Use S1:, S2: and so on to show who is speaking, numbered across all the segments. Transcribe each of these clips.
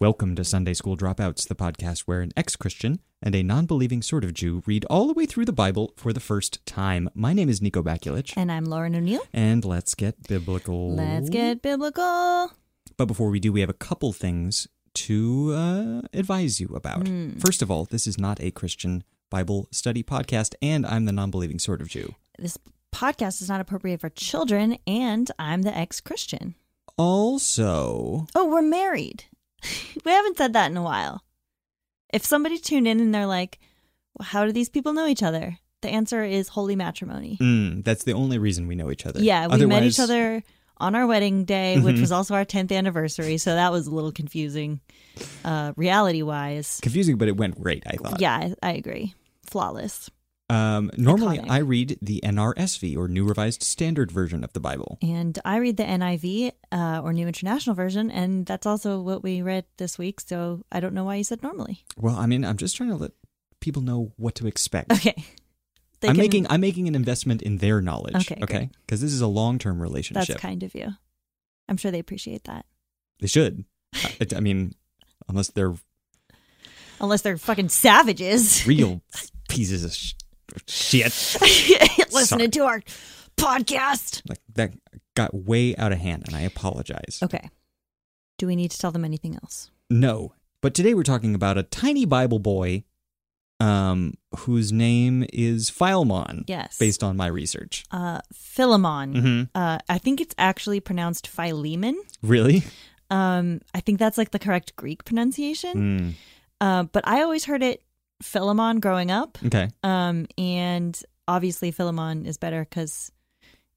S1: Welcome to Sunday School Dropouts, the podcast where an ex Christian and a non believing sort of Jew read all the way through the Bible for the first time. My name is Nico Bakulich,
S2: And I'm Lauren O'Neill.
S1: and let's get biblical.
S2: Let's get biblical.
S1: But before we do, we have a couple things to uh, advise you about.
S2: Hmm.
S1: First of all, this is not a Christian Bible study podcast, and I'm the non believing sort of Jew.
S2: This podcast is not appropriate for children, and I'm the ex Christian.
S1: Also,
S2: Oh, we're married. we haven't said that in a while. If somebody tuned in and they're like, well, how do these people know each other? The answer is holy matrimony.
S1: mm, that's the only reason we know each other.
S2: Yeah, we met
S1: Otherwise-
S2: each
S1: Mm-hmm.
S2: other on our wedding day, which was also our 10th anniversary. So that was a little confusing, uh, reality wise.
S1: Confusing, but it went great, I thought.
S2: Yeah, I, I agree. Flawless.
S1: Um, normally,
S2: Iconic.
S1: I read the NRSV or New Revised Standard Version of the Bible.
S2: And I read the NIV uh, or New International Version, and that's also what we read this week. So I don't know why you said normally.
S1: Well, I mean, I'm just trying to let people know what to expect.
S2: Okay. They
S1: I'm
S2: can-
S1: making I'm making an investment in their knowledge.
S2: Okay, great.
S1: okay, because this is a long term
S2: that's
S1: relationship.
S2: kind of you. I'm sure they appreciate that.
S1: They should. I, I mean, unless they're
S2: Unless they're fucking savages
S1: real pieces of sh- shit. Sorry.
S2: listening to our podcast.
S1: Like that got way out of hand, and I apologize.
S2: Okay. Do we need to tell them anything else?
S1: No. But today we're talking about a tiny Bible boy um, whose name is Philemon.
S2: Yes.
S1: Based on my research.
S2: Uh, Philemon.
S1: Mhm.
S2: Uh, I think it's actually pronounced Philemon.
S1: Really?
S2: Um, I think that's like the correct Greek pronunciation.
S1: Mm,
S2: Uh, but I always heard it Philemon growing up.
S1: okay.
S2: Um, and obviously, Philemon is better because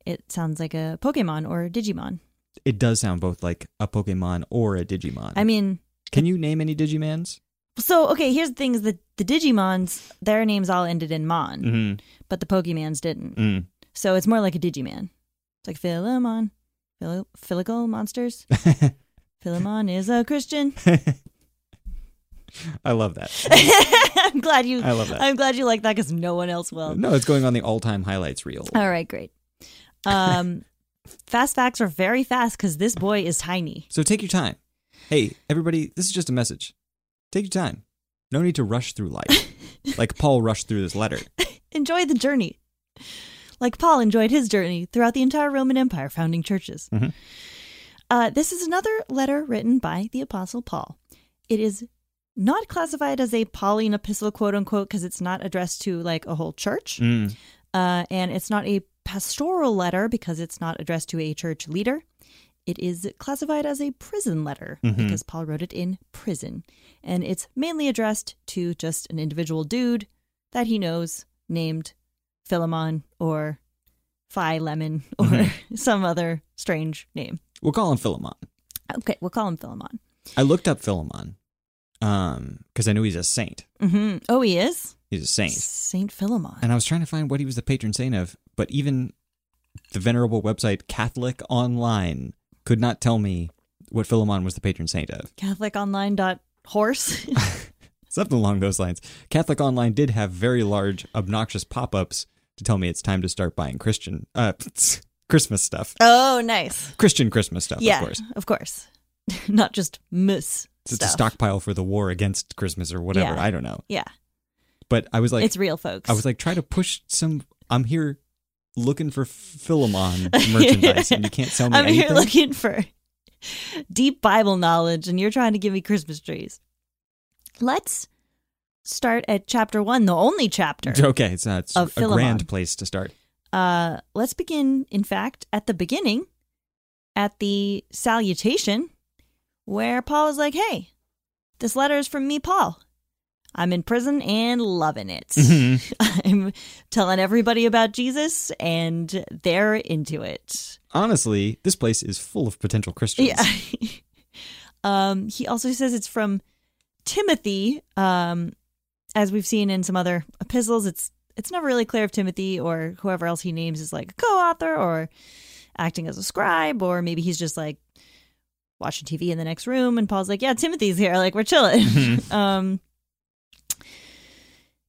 S2: it sounds like a Pokemon or a Digimon.
S1: It does sound both like a Pokemon or a Digimon.
S2: I mean,
S1: Can you name any Digimans?
S2: so okay, here's the thing is that the Digimons, their names all ended in Mon,
S1: Mm-hmm.
S2: but the Pokemons didn't.
S1: Mm.
S2: So it's more like a Digimon. It's like Philemon, Phil- Philical monsters. Philemon is a Christian.
S1: I love that.
S2: I'm glad you.
S1: I love that.
S2: I'm glad you like that because no one else will.
S1: No, it's going on the all time highlights reel.
S2: All right, great. Um, fast facts are very fast because this boy is tiny.
S1: So take your time. Hey, everybody, this is just a message. Take your time. No need to rush through life. like Paul rushed through this letter.
S2: Enjoy the journey. Like Paul enjoyed his journey throughout the entire Roman Empire, founding churches.
S1: Mhm.
S2: Uh, this is another letter written by the Apostle Paul. It is not classified as a Pauline epistle, quote unquote, because it's not addressed to like a whole church.
S1: Mm.
S2: Uh, and it's not a pastoral letter because it's not addressed to a church leader. It is classified as a prison letter
S1: Mhm.
S2: because Paul wrote it in prison. And it's mainly addressed to just an individual dude that he knows named Philemon or Phi Lemon or
S1: Mm-hmm.
S2: some other strange name.
S1: We'll call him Philemon.
S2: Okay, we'll call him Philemon.
S1: I looked up Philemon um, because I knew he's a saint.
S2: hmm Oh, he is?
S1: He's a saint.
S2: Saint Philemon.
S1: And I was trying to find what he was the patron saint of, but even the venerable website Catholic Online could not tell me what Philemon was the patron saint of.
S2: CatholicOnline.horse.
S1: Something along those lines. Catholic Online did have very large, obnoxious pop ups to tell me it's time to start buying Christian uh, Christmas stuff.
S2: oh, nice.
S1: Christian Christmas stuff,
S2: yeah,
S1: of course.
S2: Of course. Not just miss
S1: It's
S2: stuff.
S1: a stockpile for the war against Christmas or whatever.
S2: Yeah.
S1: I don't know.
S2: Yeah.
S1: But I was like,
S2: it's real folks.
S1: I was like, try to push some. I'm here looking for Philemon merchandise, and you can't sell me
S2: I'm
S1: anything.
S2: here looking for deep Bible knowledge and you're trying to give me Christmas trees. Let's start at chapter 1, the only chapter.
S1: Okay, it's, uh, it's a
S2: Of Philemon.
S1: grand place to start.
S2: Uh let's begin in fact at the beginning at the salutation where Paul is like, "Hey, this letter is from me, Paul. I'm in prison and loving it." I'm telling everybody about Jesus and they're into it.
S1: Honestly, this place is full of potential Christians.
S2: Yeah. um, he also says it's from Timothy. Um, as we've seen in some other epistles, it's it's never really clear if Timothy or whoever else he names is like a co-author or acting as a scribe, or maybe he's just like watching TV in the next room, and Paul's like, "Yeah, Timothy's here. Like we're chilling." um,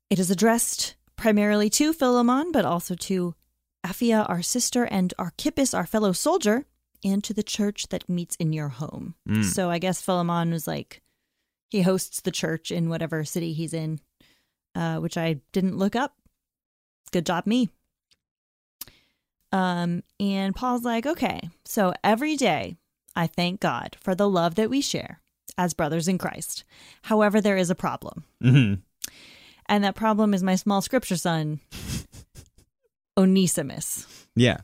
S2: it is addressed primarily to Philemon, but also to Aphia, our sister, and Archippus, our fellow soldier, and to the church that meets in your home. So I guess Philemon was like He hosts the church in whatever city he's in, uh, which I didn't look up. Good job, me. Um, and Paul's like, okay, so every day I thank God for the love that we share as brothers in Christ. However, there is a problem.
S1: hmm
S2: And that problem is my small scripture son, Onesimus.
S1: Yeah.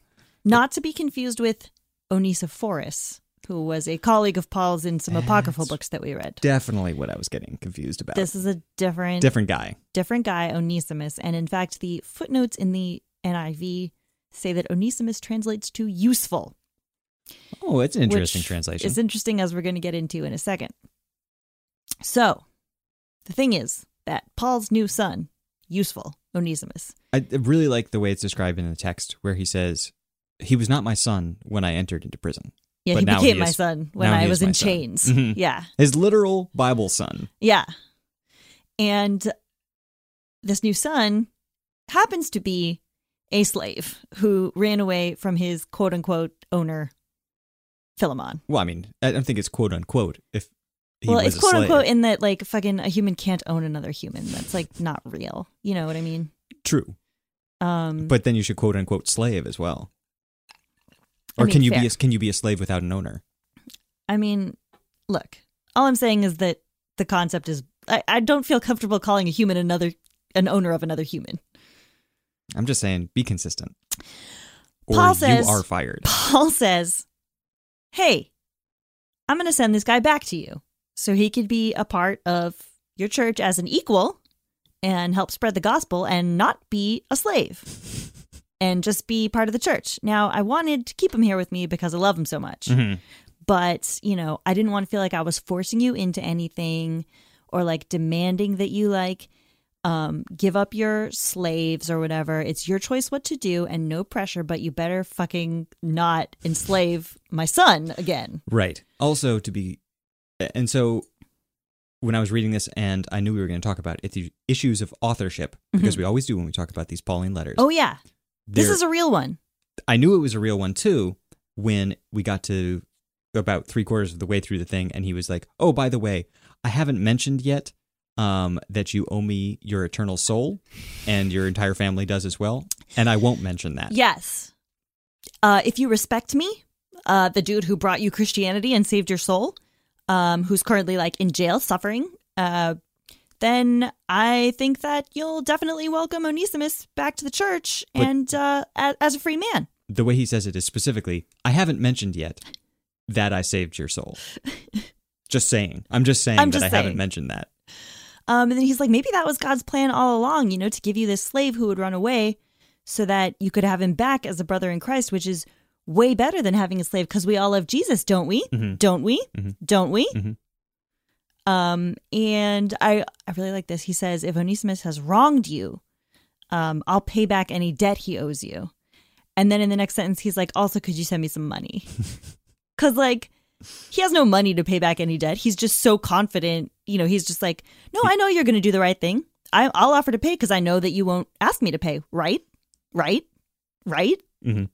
S2: Not to be confused with Onesiphorus, who was a colleague of Paul's in some apocryphal books that we read.
S1: Definitely what I was getting confused about.
S2: This is a different
S1: Different guy.
S2: different guy, Onesimus, and in fact the footnotes in the NIV say that Onesimus translates to useful.
S1: Oh, it's an interesting
S2: which
S1: translation.
S2: It's interesting as we're going to get into in a second. So, the thing is that Paul's new son, useful, Onesimus.
S1: I I really like the way it's described in the text where he says, He was not my son when I entered into prison.
S2: Yeah,
S1: But
S2: he
S1: now
S2: became
S1: he
S2: my
S1: is-
S2: son when
S1: now
S2: I
S1: he
S2: was
S1: is my
S2: in
S1: son.
S2: chains.
S1: Mhm.
S2: Yeah.
S1: His literal Bible son.
S2: Yeah. And this new son happens to be a slave who ran away from his quote unquote owner, Philemon.
S1: Well, I mean, I don't think it's quote unquote if he
S2: well,
S1: was
S2: it's
S1: a
S2: quote
S1: slave.
S2: unquote in that, like, fucking a human can't own another human. That's like not real. You know what I mean?
S1: True.
S2: Um,
S1: But then you should quote unquote slave as well.
S2: I
S1: Or
S2: mean,
S1: can you
S2: fair.
S1: be a, can you be a slave without an owner?
S2: I mean, look, all I'm saying is that the concept is, I, I don't feel comfortable calling a human another, an owner of another human.
S1: I'm just saying, be consistent. Or
S2: Paul
S1: you
S2: says-
S1: are fired.
S2: Paul says, Hey, I'm going to send this guy back to you so he could be a part of your church as an equal and help spread the gospel and not be a slave and just be part of the church. Now, I wanted to keep him here with me because I love him so much,
S1: Mhm.
S2: but, you know, I didn't want to feel like I was forcing you into anything or like demanding that you like um, give up your slaves or whatever. It's your choice what to do and no pressure, but you better fucking not enslave my son again.
S1: Right. Also to be and so when I was reading this and I knew we were going to talk about it, the issues of authorship because we always do when we talk about these Pauline letters.
S2: Mm-hmm. Oh, yeah. This
S1: They're-
S2: is a real one.
S1: I knew it was a real one too when we got to about three quarters of the way through the thing, and he was like, "Oh, by the way, I haven't mentioned yet um, that you owe me your eternal soul, and your entire family does as well, and I won't mention that."
S2: Yes. Uh, if you respect me, uh, the dude who brought you Christianity and saved your soul, um, who's currently like in jail suffering, uh, then I think that you'll definitely welcome Onesimus back to the church
S1: But-
S2: and uh, as, as a free man.
S1: The way he says it is specifically, "I haven't mentioned yet that I saved your soul." just saying, I'm just saying
S2: I'm
S1: that
S2: just
S1: I
S2: saying.
S1: haven't mentioned that.
S2: Um, and then he's like, maybe that was God's plan all along, you know, to give you this slave who would run away so that you could have him back as a brother in Christ, which is way better than having a slave because we all love Jesus, don't we?
S1: Mhm.
S2: Don't we?
S1: Mhm.
S2: Don't we?
S1: Mhm.
S2: Um, and I, I really like this. He says, if Onesimus has wronged you, um, I'll pay back any debt he owes you. And then in the next sentence, he's like, also, could you send me some money? Because, like, he has no money to pay back any debt. He's just so confident. You know, he's just like, no, I know you're going to do the right thing. I, I'll offer to pay because I know that you won't ask me to pay. Right? Right? Right?
S1: Mhm.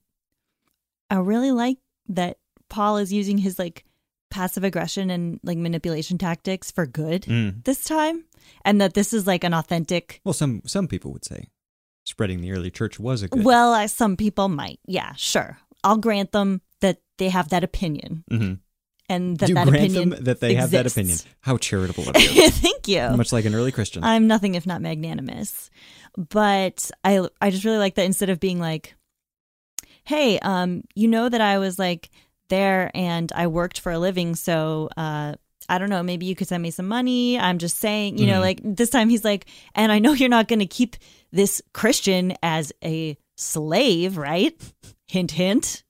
S2: I really like that Paul is using his like passive aggression and like manipulation tactics for good
S1: Mm.
S2: this time. And that this is like an authentic.
S1: Well, some some people would say spreading the early church was a good.
S2: Well, I, some people might. Yeah, sure. I'll grant them that they have that opinion
S1: Mhm.
S2: and that
S1: you
S2: that
S1: grant
S2: opinion
S1: them that they have that opinion.
S2: exists.
S1: How charitable of you.
S2: Thank you.
S1: Much like an early Christian.
S2: I'm nothing if not magnanimous. But I I just really like that instead of being like, "Hey, um, you know that I was like there and I worked for a living, so uh I don't know, maybe you could send me some money. I'm just saying, you know,
S1: Mhm.
S2: like this time he's like, "And I know you're not going to keep this Christian as a slave, right?" Hint hint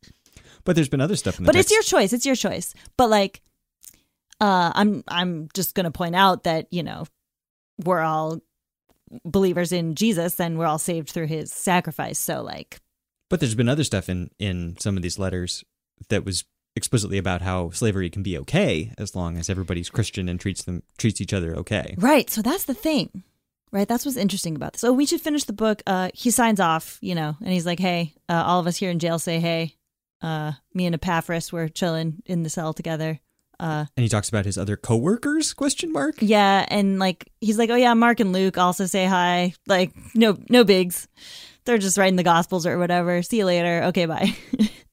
S1: but there's been other stuff in the
S2: but
S1: text.
S2: it's your choice it's your choice but like uh i'm i'm just gonna point out that you know we're all believers in jesus and we're all saved through his sacrifice so like
S1: but there's been other stuff in, in some of these letters that was explicitly about how slavery can be okay as long as everybody's Christian and treats them treats each other okay.
S2: right so that's the thing right that's what's interesting about this oh we should finish the book uh he signs off you know and he's like hey uh, all of us here in jail say hey uh me and epaphras we're chilling in the cell together Uh,
S1: and he talks about his other coworkers? Question mark.
S2: yeah, and like he's like, oh yeah, Mark and Luke also say hi. Like no, no bigs. They're just writing the gospels or whatever. See you later. Okay, bye.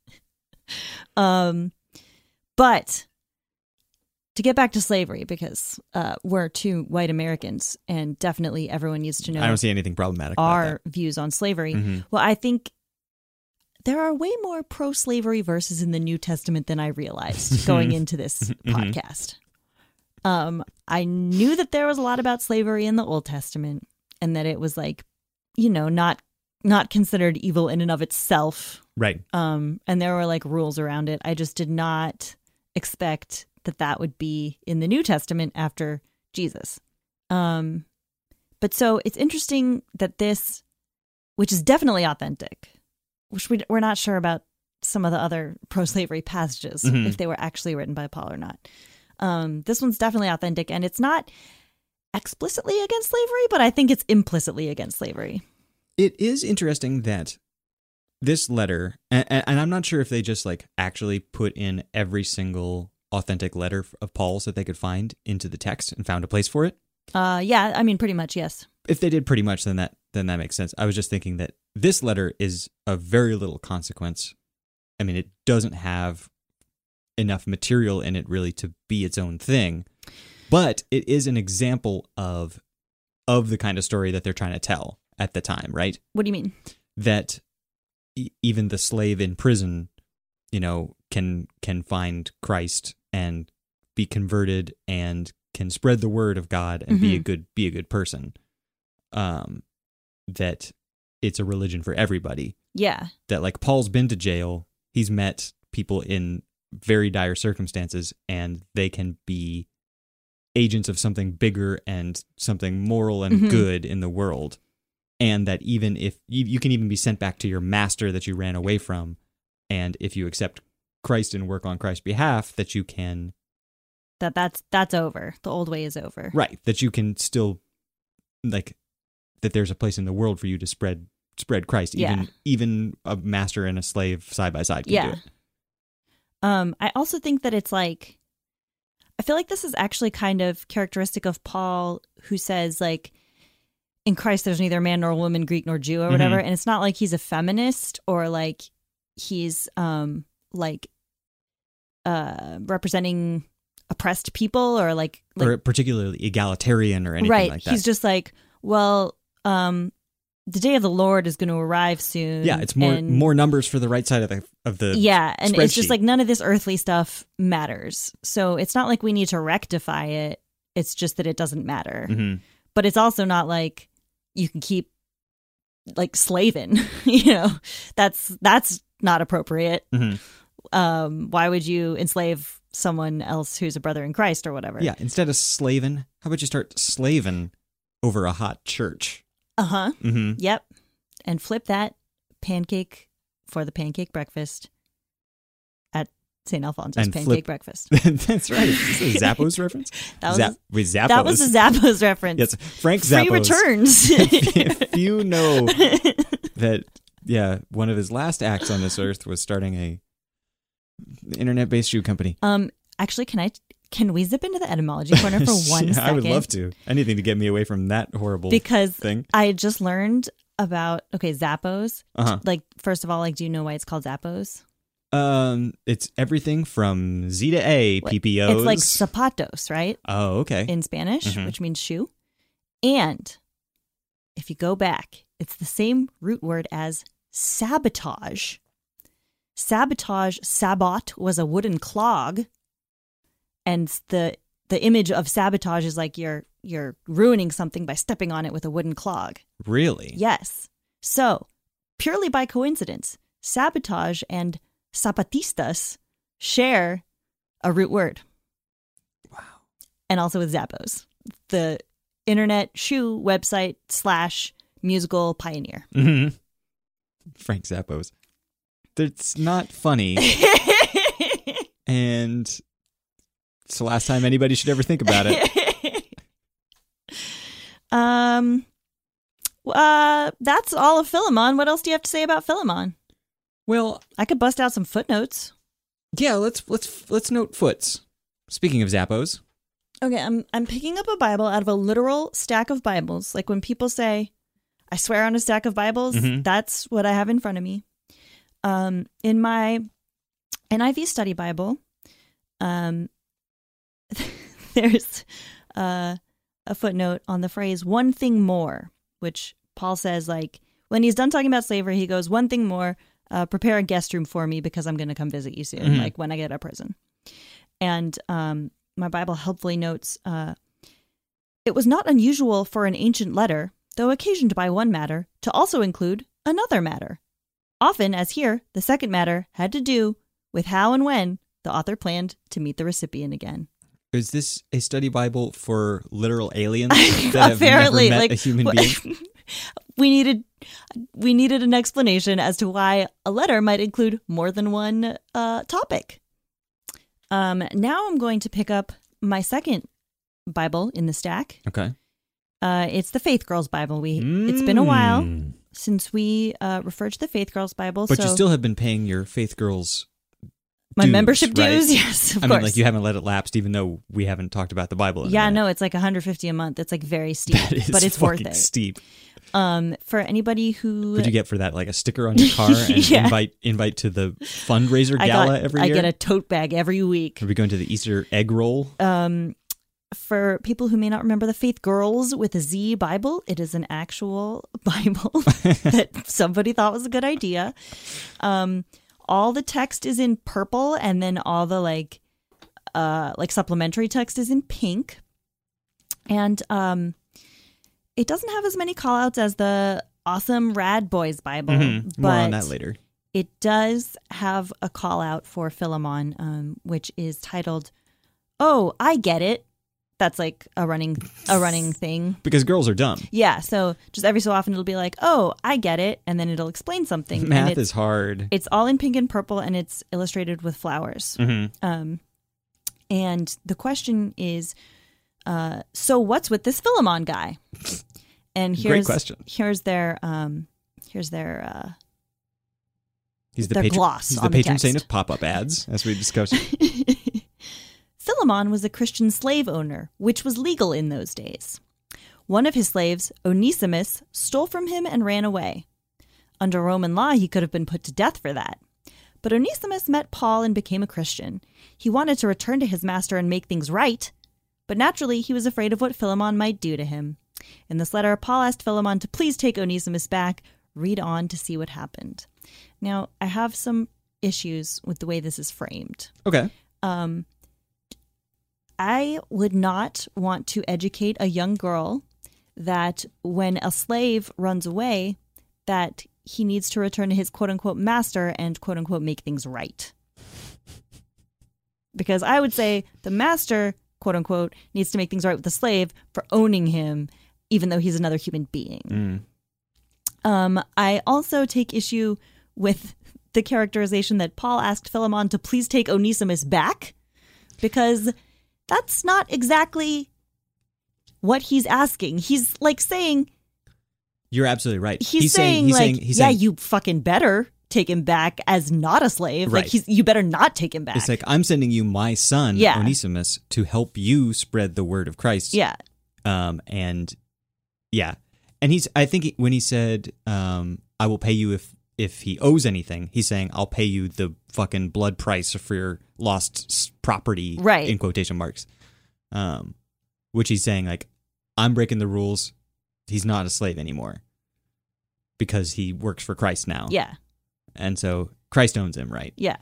S2: um, but to get back to slavery because uh, we're two white Americans, and definitely everyone needs to know
S1: I don't see anything problematic.
S2: our views on slavery.
S1: about that. Mhm.
S2: Well, I think there are way more pro slavery verses in the New Testament than I realized going into this podcast. Um, I knew that there was a lot about slavery in the Old Testament and that it was like, you know, not not considered evil in and of itself.
S1: Right.
S2: Um, and there were like rules around it. I just did not expect that that would be in the New Testament after Jesus. Um, but so it's interesting that this, which is definitely authentic, which we, we're not sure about some of the other pro slavery passages,
S1: Mhm.
S2: if they were actually written by Paul or not. Um, this one's definitely authentic, and it's not explicitly against slavery, but I think it's implicitly against slavery.
S1: It is interesting that this letter, and, and I'm not sure if they just like actually put in every single authentic letter of Paul's that they could find into the text and found a place for it.
S2: Uh, yeah, I mean, pretty much, yes.
S1: If they did pretty much, then that then that makes sense. I was just thinking that this letter is of very little consequence. I mean, it doesn't have enough material in it really to be its own thing, but it is an example of of the kind of story that they're trying to tell at the time, right?
S2: What do you mean?
S1: that e- even the slave in prison, you know, can can find Christ and be converted and can spread the word of God and be a good be a good person. Um, that it's a religion for everybody.
S2: Yeah.
S1: That like Paul's been to jail, he's met people in very dire circumstances, and they can be agents of something bigger and something moral and
S2: Mhm.
S1: good in the world and that even if you, you can even be sent back to your master that you ran away from and if you accept christ and work on christ's behalf that you can
S2: that that's that's over. The old way is over.
S1: right that you can still like that there's a place in the world for you to spread spread christ even
S2: Yeah.
S1: even a master and a slave side by side can
S2: Yeah.
S1: do it
S2: Um I also think that it's like I feel like this is actually kind of characteristic of Paul who says like in Christ there's neither man nor woman, Greek nor Jew
S1: Mm-hmm.
S2: or whatever, and it's not like he's a feminist or like he's um like uh representing oppressed people or like, like
S1: or particularly egalitarian or anything
S2: right.
S1: like that
S2: He's just like, well, um the day of the Lord is going to arrive soon.
S1: yeah it's more
S2: and-
S1: more numbers for the right side of the of the
S2: yeah and it's
S1: spreadsheet.
S2: just like none of this earthly stuff matters so it's not like we need to rectify it it's just that it doesn't matter
S1: Mhm.
S2: but it's also not like you can keep like slaving you know that's that's not appropriate
S1: Mhm.
S2: um why would you enslave someone else who's a brother in christ or whatever
S1: yeah instead of slaving how about you start slaving over a hot church
S2: uh-huh
S1: mm-hmm
S2: yep and flip that pancake for the pancake breakfast at st alphonsus
S1: And flip-
S2: pancake breakfast
S1: That's right. Is this a Zappos reference?
S2: that was
S1: Zap- with Zappos.
S2: That was a Zappos reference.
S1: yes, Frank
S2: Free
S1: Zappos.
S2: returns.
S1: if you know that, yeah, one of his last acts on this earth was starting a internet-based shoe company.
S2: um, actually, can I? Can we zip into the etymology corner for one second?
S1: I would love to. Anything to get me away from that horrible
S2: because
S1: thing.
S2: I just learned about okay Zappos.
S1: Uh
S2: Like, first of all, like, do you know why it's called
S1: huh.
S2: Zappos?
S1: Um, it's everything from Z to A
S2: Like,
S1: PPOs.
S2: It's like zapatos, right,
S1: oh, okay.
S2: in Spanish,
S1: Mhm.
S2: which means shoe. And if you go back, it's the same root word as sabotage. sabotage sabot was a wooden clog and the the image of sabotage is like you're you're ruining something by stepping on it with a wooden clog
S1: really?
S2: yes so purely by coincidence sabotage and zapatistas share a root word
S1: Wow.
S2: and also with zappos the internet shoe website slash musical pioneer
S1: hmm Frank Zappos. That's not funny. and it's the last time anybody should ever think about it.
S2: um, uh, that's all of Philemon. What else do you have to say about Philemon?
S1: well,
S2: I could bust out some footnotes.
S1: yeah, let's let's let's note foots. Speaking of Zappos,
S2: Okay, I'm I'm picking up a Bible out of a literal stack of Bibles. Like when people say, "I swear on a stack of Bibles,"
S1: Mhm.
S2: that's what I have in front of me. Um, in my NIV study Bible, um, there's uh, a footnote on the phrase "one thing more," which Paul says, like when he's done talking about slavery, he goes, "One thing more, uh, prepare a guest room for me because I'm going to come visit you soon,
S1: Mhm.
S2: like when I get out of prison." And um, my Bible helpfully notes uh, it was not unusual for an ancient letter, though occasioned by one matter, to also include another matter. Often, as here, the second matter had to do with how and when the author planned to meet the recipient again.
S1: is this a study Bible for literal aliens that have never
S2: Apparently,
S1: met
S2: like
S1: a human
S2: wh-
S1: being?
S2: we needed we needed an explanation as to why a letter might include more than one uh, topic. Um, now I'm going to pick up my second Bible in the stack.
S1: Okay.
S2: Uh, it's the Faith Girls Bible. We it's been a while
S1: Mm.
S2: since we uh, referred to the Faith Girls Bible,
S1: But
S2: so
S1: you still have been paying your Faith Girls.
S2: my
S1: dues,
S2: membership
S1: right?
S2: dues. Yes, of
S1: I
S2: course.
S1: mean, like you haven't let it lapse, even though we haven't talked about the Bible. In a
S2: yeah,
S1: minute.
S2: no, it's like 150 a month. It's like very steep,
S1: that is
S2: but it's worth
S1: fucking
S2: it.
S1: steep.
S2: Um, for anybody who
S1: Could you get for that like a sticker on your car and
S2: Yeah.
S1: invite invite to the fundraiser
S2: I
S1: gala
S2: got,
S1: every
S2: I
S1: year? Mm.
S2: get a tote bag every week.
S1: Are we going to the Easter egg roll?
S2: um, for people who may not remember the Faith Girls with a Z Bible, it is an actual Bible that somebody thought was a good idea. Um, all the text is in purple, and then all the like, uh, like supplementary text is in pink, and um, it doesn't have as many call outs as the awesome Rad Boys Bible,
S1: Mhm.
S2: but
S1: More on that later.
S2: it does have a call out for Philemon, um, which is titled "Oh, I get it." That's like a running a running thing.
S1: Because girls are dumb.
S2: Yeah, so just every so often it'll be like, "Oh, I get it," and then it'll explain something. and
S1: Math
S2: it's,
S1: is hard.
S2: it's all in pink and purple, and it's illustrated with flowers.
S1: Mhm.
S2: Um, and the question is, uh, so what's with this Philemon guy? And
S1: Great
S2: here's
S1: question.
S2: here's their um, here's their uh,
S1: He's the
S2: their
S1: patron.
S2: gloss
S1: he's
S2: on
S1: the
S2: the
S1: patron
S2: text.
S1: saint of pop-up ads, as we discussed.
S2: Philemon was a Christian slave owner, which was legal in those days. One of his slaves, Onesimus, stole from him and ran away. Under Roman law, he could have been put to death for that. But Onesimus met Paul and became a Christian. He wanted to return to his master and make things right, but naturally, he was afraid of what Philemon might do to him. In this letter, Paul asked Philemon to please take Onesimus back. Read on to see what happened. Now, I have some issues with the way this is framed.
S1: okay.
S2: Um, I would not want to educate a young girl that when a slave runs away, that he needs to return to his quote unquote master and quote unquote make things right. Because I would say the master, quote unquote, needs to make things right with the slave for owning him, even though he's another human being.
S1: Mm.
S2: Um, I also take issue with the characterization that Paul asked Philemon to please take Onesimus back because that's not exactly what he's asking. He's like saying
S1: You're absolutely right.
S2: he's, saying, like
S1: he's
S2: yeah,
S1: saying,
S2: you fucking better take him back as not a slave.
S1: Right.
S2: Like he's you better not take him back.
S1: It's like I'm sending you my son
S2: Yeah.
S1: Onesimus to help you spread the word of Christ.
S2: yeah.
S1: Um and yeah. And he's I think he- when he said um I will pay you if if he owes anything, he's saying I'll pay you the fucking blood price for your lost s- property
S2: Right.
S1: in quotation marks. Um which he's saying like I'm breaking the rules. He's not a slave anymore because he works for Christ now.
S2: Yeah.
S1: And so Christ owns him, right?
S2: Yeah.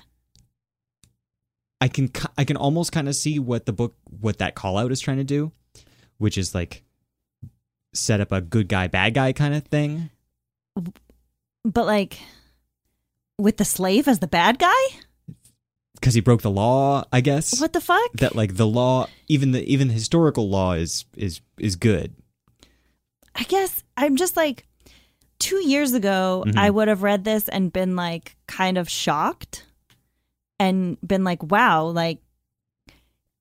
S1: I can ki- I can almost kind of see what the book what that call out is trying to do, which is like set up a good guy bad guy kind of thing.
S2: But like with the slave as the bad guy?
S1: because he broke the law. I guess
S2: What the fuck?
S1: that like the law, even the even the historical law is is is good.
S2: I guess I'm just like two years ago,
S1: Mhm.
S2: I would have read this and been like kind of shocked and been like, wow, like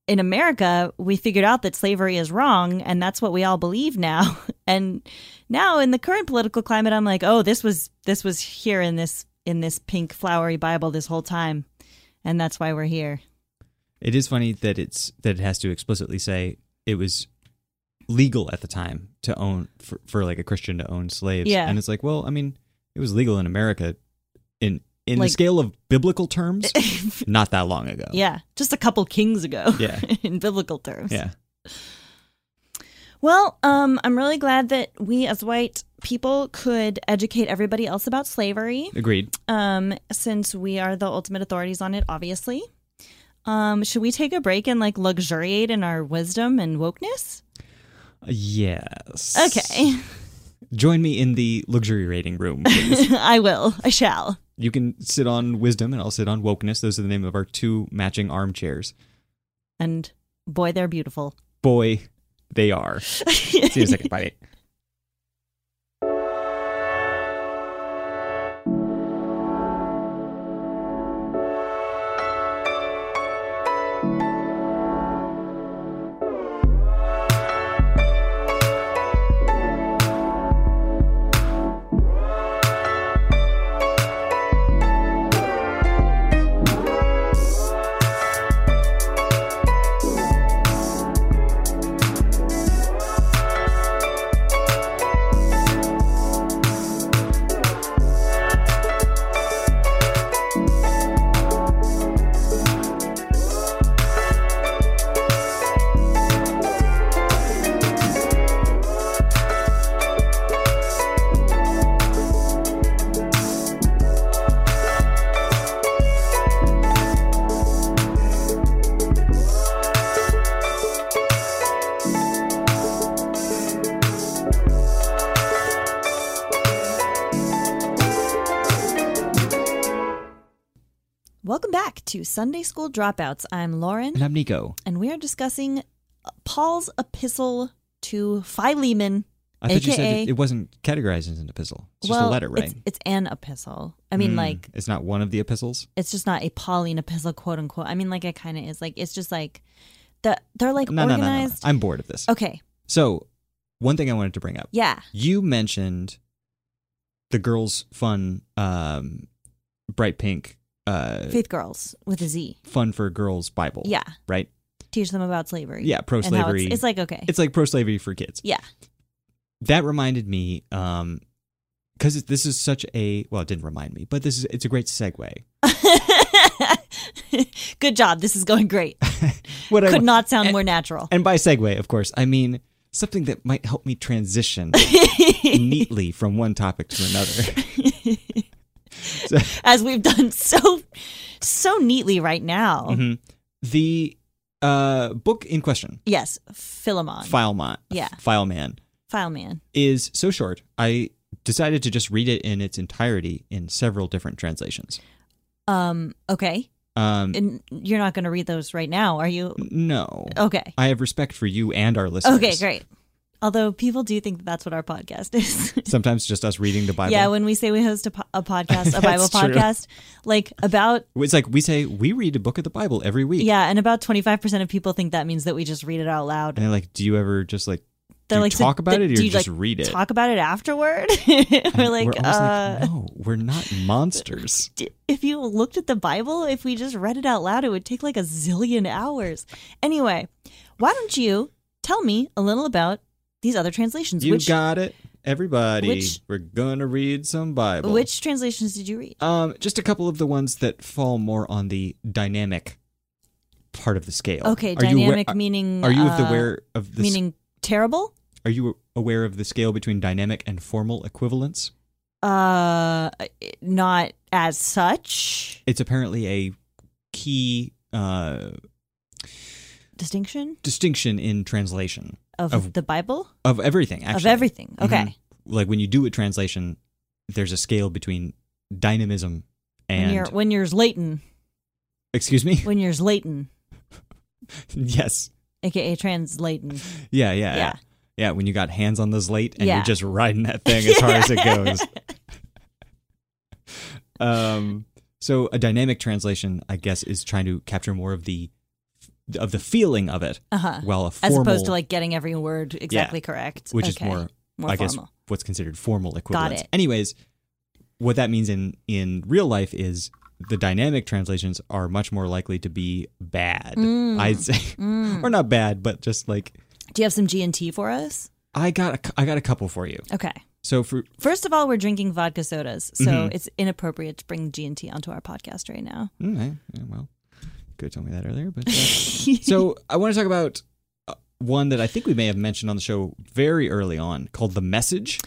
S2: in America, we figured out that slavery is wrong and that's what we all believe now. And now in the current political climate, I'm like, oh, this was this was here in this in this pink flowery Bible this whole time. And that's why we're here.
S1: It is funny that it's that it has to explicitly say it was legal at the time to own for, for like a Christian to own slaves.
S2: Yeah.
S1: and it's like, well, I mean, it was legal in America in in
S2: Like-
S1: the scale of biblical terms, not that long ago.
S2: yeah, just a couple kings ago.
S1: Yeah.
S2: in biblical terms.
S1: yeah.
S2: Well, um, I'm really glad that we as white people could educate everybody else about slavery.
S1: Agreed.
S2: um, since we are the ultimate authorities on it, obviously. Um, should we take a break and like luxuriate in our wisdom and wokeness?
S1: Yes.
S2: Okay,
S1: Join me in the luxury rating room. please.
S2: I will. I shall.
S1: you can sit on wisdom, and I'll sit on wokeness. Those are the name of our two matching armchairs.
S2: And boy, they're beautiful.
S1: Boy, they are. See you in a second. Bye.
S2: Welcome back to Sunday School Dropouts. I'm Lauren,
S1: And I'm Nico.
S2: and we are discussing Paul's epistle to Philemon.
S1: I thought you said
S2: AKA
S1: it, it wasn't categorized as an epistle. It's just
S2: well,
S1: a letter, right?
S2: It's, it's an epistle. I mean,
S1: Mm,
S2: like
S1: it's not one of the epistles.
S2: it's just not a Pauline epistle, quote unquote. I mean, like it kind of is. Like it's just like the they're like
S1: No, no, no, no, no.
S2: organized.
S1: I'm bored of this.
S2: Okay,
S1: So, one thing I wanted to bring up.
S2: yeah.
S1: You mentioned the girls' fun, um, bright pink, uh,
S2: Faith Girls with a Z.
S1: fun for girls Bible.
S2: Yeah.
S1: Right.
S2: Teach them about slavery.
S1: Yeah. Pro
S2: And how
S1: slavery.
S2: It's, it's like, okay.
S1: it's like pro slavery for kids.
S2: Yeah.
S1: That reminded me, um, because this is such a well, it didn't remind me, but this is it's a great segue.
S2: Good job. This is going great.
S1: What I
S2: Could not sound
S1: and-
S2: more natural.
S1: and by segue, of course, I mean something that might help me transition neatly from one topic to another.
S2: As we've done so so neatly right now.
S1: Mhm. The uh, book in question,
S2: Yes. Philemon.
S1: Fileman,
S2: Yeah.
S1: Fileman,
S2: Fileman.
S1: is so short. I decided to just read it in its entirety in several different translations.
S2: Um, okay.
S1: Um,
S2: And you're not gonna read those right now, are you?
S1: no,
S2: Okay.
S1: I have respect for you and our listeners.
S2: Oh. Okay, great. Although people do think that that's what our podcast is.
S1: Sometimes just us reading the Bible.
S2: yeah, when we say we host a, po- a podcast, a Bible
S1: That's true.
S2: podcast, like about
S1: it's like we say we read a book of the Bible every week.
S2: Yeah, and about 25% of people think that means that we just read it out loud.
S1: And they're like, do you ever just like do
S2: They're
S1: you
S2: like, so
S1: talk about
S2: th-
S1: it or
S2: do you,
S1: just
S2: like,
S1: read it?
S2: Talk about it afterward.
S1: And
S2: we're like,
S1: always
S2: uh,
S1: like, no, we're not monsters.
S2: d- if you looked at the Bible, if we just read it out loud, it would take like a zillion hours. Anyway, why don't you tell me a little about these other translations?
S1: You
S2: which,
S1: got it, everybody.
S2: which-
S1: we're gonna read some Bible.
S2: which translations did you read?
S1: Um, just a couple of the ones that fall more on the dynamic part of the scale.
S2: Okay,
S1: Are you aware-
S2: dynamic meaning.
S1: are, are you of the
S2: uh,
S1: aware of the s-
S2: meaning terrible?
S1: Are you aware of the scale between dynamic and formal equivalence?
S2: Uh, not as such
S1: It's apparently a key uh,
S2: distinction
S1: distinction in translation
S2: of,
S1: Of-
S2: the Bible
S1: of everything. Actually,
S2: of everything. Okay.
S1: Mhm. Like when you do a translation, there's a scale between dynamism and
S2: when you're when you're Leighton,
S1: excuse me.
S2: when you're Leighton,
S1: yes.
S2: aka trans Leighton.
S1: Yeah, yeah,
S2: Yeah.
S1: yeah. Yeah, when you got hands on the slate and
S2: Yeah.
S1: you're just riding that thing as hard as it goes. Um, so a dynamic translation, I guess, is trying to capture more of the of the feeling of it,
S2: Uh huh.
S1: while a
S2: As
S1: formal,
S2: opposed to like getting every word exactly correct,
S1: which is
S2: Okay.
S1: more,
S2: more
S1: I guess,
S2: formal.
S1: what's considered formal equivalence.
S2: it.
S1: Anyways, what that means in in real life is the dynamic translations are much more likely to be bad.
S2: Mm.
S1: I'd say,
S2: Mm.
S1: or not bad, but just like
S2: Do you have some G and T for us?
S1: I got a, cou- I got a couple for you.
S2: Okay.
S1: So for
S2: First of all, we're drinking vodka sodas, so
S1: Mhm.
S2: it's inappropriate to bring G and T onto our podcast right now.
S1: mm, eh, yeah, well, could have told me that earlier, but uh, so I want to talk about uh, one that I think we may have mentioned on the show very early on, called the message.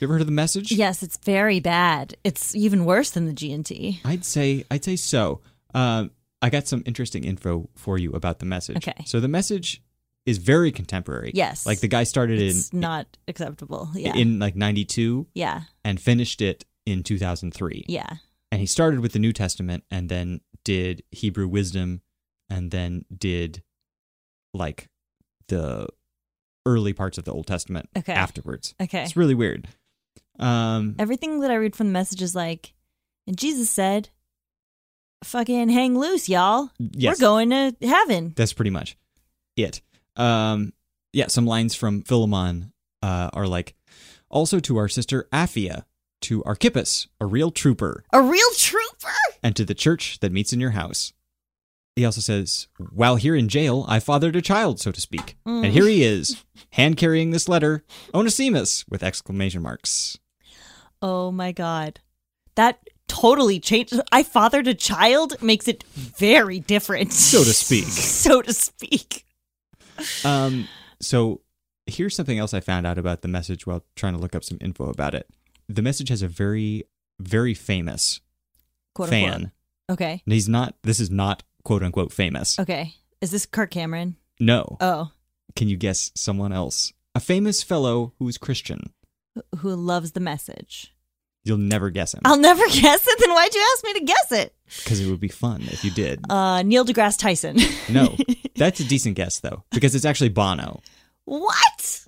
S1: You ever heard of the message?
S2: yes, it's very bad. It's even worse than the G and T.
S1: I'd say I'd say so. Um, I got some interesting info for you about the message.
S2: Okay.
S1: So the message is very contemporary.
S2: Yes.
S1: Like the guy started
S2: It's
S1: in
S2: not acceptable. Yeah.
S1: in like 92
S2: yeah.
S1: and finished it in 2003.
S2: Yeah.
S1: And he started with the New Testament and then did Hebrew wisdom and then did like the early parts of the Old Testament
S2: Okay.
S1: afterwards.
S2: Okay.
S1: It's really weird. Um
S2: Everything that I read from the message is like, and Jesus said, fucking hang loose, y'all.
S1: yes.
S2: We're going to heaven.
S1: That's pretty much it. Um, yeah, some lines from Philemon uh, are like, also to our sister Aphia, to Archippus, a real trooper,
S2: A real trooper?
S1: and to the church that meets in your house. He also says, while here in jail, I fathered a child, so to speak.
S2: Mm.
S1: And here he is, hand carrying this letter, Onesimus, with exclamation marks.
S2: Oh my God. That totally changed. I fathered a child makes it very different.
S1: So to speak.
S2: so to speak.
S1: Um, so here's something else I found out about the message while trying to look up some info about it. The message has a very, very famous
S2: Quote
S1: fan.
S2: unquote. Okay.
S1: And He's not. This is not quote unquote famous.
S2: Okay. Is this Kirk Cameron?
S1: No.
S2: Oh,
S1: Can you guess someone else? A famous fellow who's Christian.
S2: wh- who loves the message?
S1: You'll never guess him
S2: I'll never guess it. Then why'd you ask me to guess it?
S1: because it would be fun if you did.
S2: Uh, Neil deGrasse Tyson.
S1: No, that's a decent guess though because it's actually Bono.
S2: What?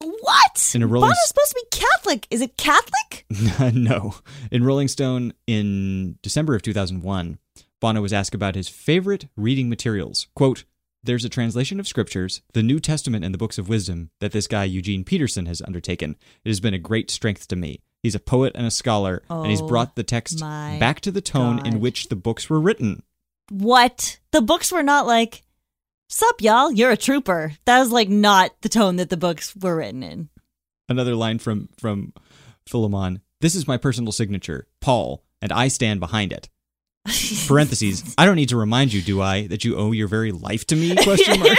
S2: What?
S1: In a Rolling
S2: Bono's
S1: S-
S2: supposed to be Catholic. Is it Catholic?
S1: no, in Rolling Stone in December of 2001, Bono was asked about his favorite reading materials. Quote. There's a translation of scriptures, the New Testament and the books of wisdom, that this guy, Eugene Peterson, has undertaken. It has been a great strength to me. He's a poet and a scholar, and he's
S2: Oh,
S1: brought the text
S2: my
S1: back to the tone in
S2: God.
S1: which the books were written.
S2: What? The books were not like, Sup, y'all, you're a trooper. That was like not the tone that the books were written in.
S1: Another line from from Philemon. This is my personal signature, Paul, and I stand behind it. Parentheses. I don't need to remind you, do I, that you owe your very life to me? Question mark.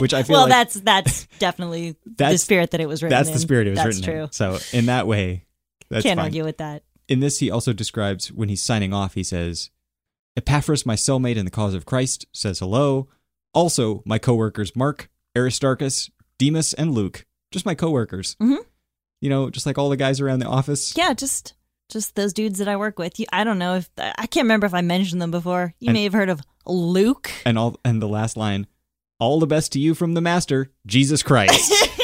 S1: Which I feel
S2: well,
S1: like
S2: that's that's definitely the
S1: That's-
S2: spirit that it was written
S1: that's
S2: in.
S1: the spirit it was
S2: That's
S1: written in.
S2: true.
S1: So in that way, that's
S2: Can't
S1: fine.
S2: argue with that.
S1: In this, he also describes when he's signing off. He says, "Epaphras, my cellmate in the cause of Christ, says hello. Also, my coworkers Mark, Aristarchus, Demas, and Luke. Just my coworkers.
S2: Mhm.
S1: You know, just like all the guys around the office.
S2: Yeah, just just those dudes that I work with. You, I don't know if I can't remember if I mentioned them before. You
S1: And-
S2: may have heard of Luke.
S1: And all and the last line, all the best to you from the master, Jesus Christ.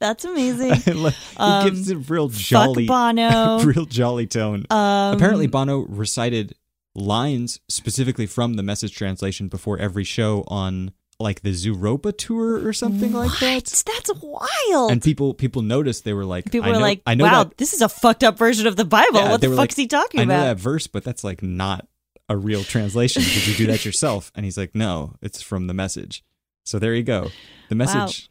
S2: That's amazing.
S1: he
S2: Um,
S1: gives it a real jolly,
S2: Fuck Bono.
S1: real jolly tone.
S2: Um,
S1: Apparently, Bono recited lines specifically from the message translation before every show on like the Zooropa tour or something like that.
S2: what? That's wild.
S1: And people people noticed they were like,
S2: People
S1: I
S2: were
S1: know,
S2: like,
S1: I know
S2: "Wow,
S1: that,
S2: this is a fucked up version of the Bible.
S1: Yeah,
S2: what
S1: they
S2: the
S1: were
S2: fuck's
S1: like,
S2: he talking
S1: I know
S2: about?"
S1: that verse, but that's like not a real translation. Did you do that yourself? And he's like, no, it's from the message. So there you go. The message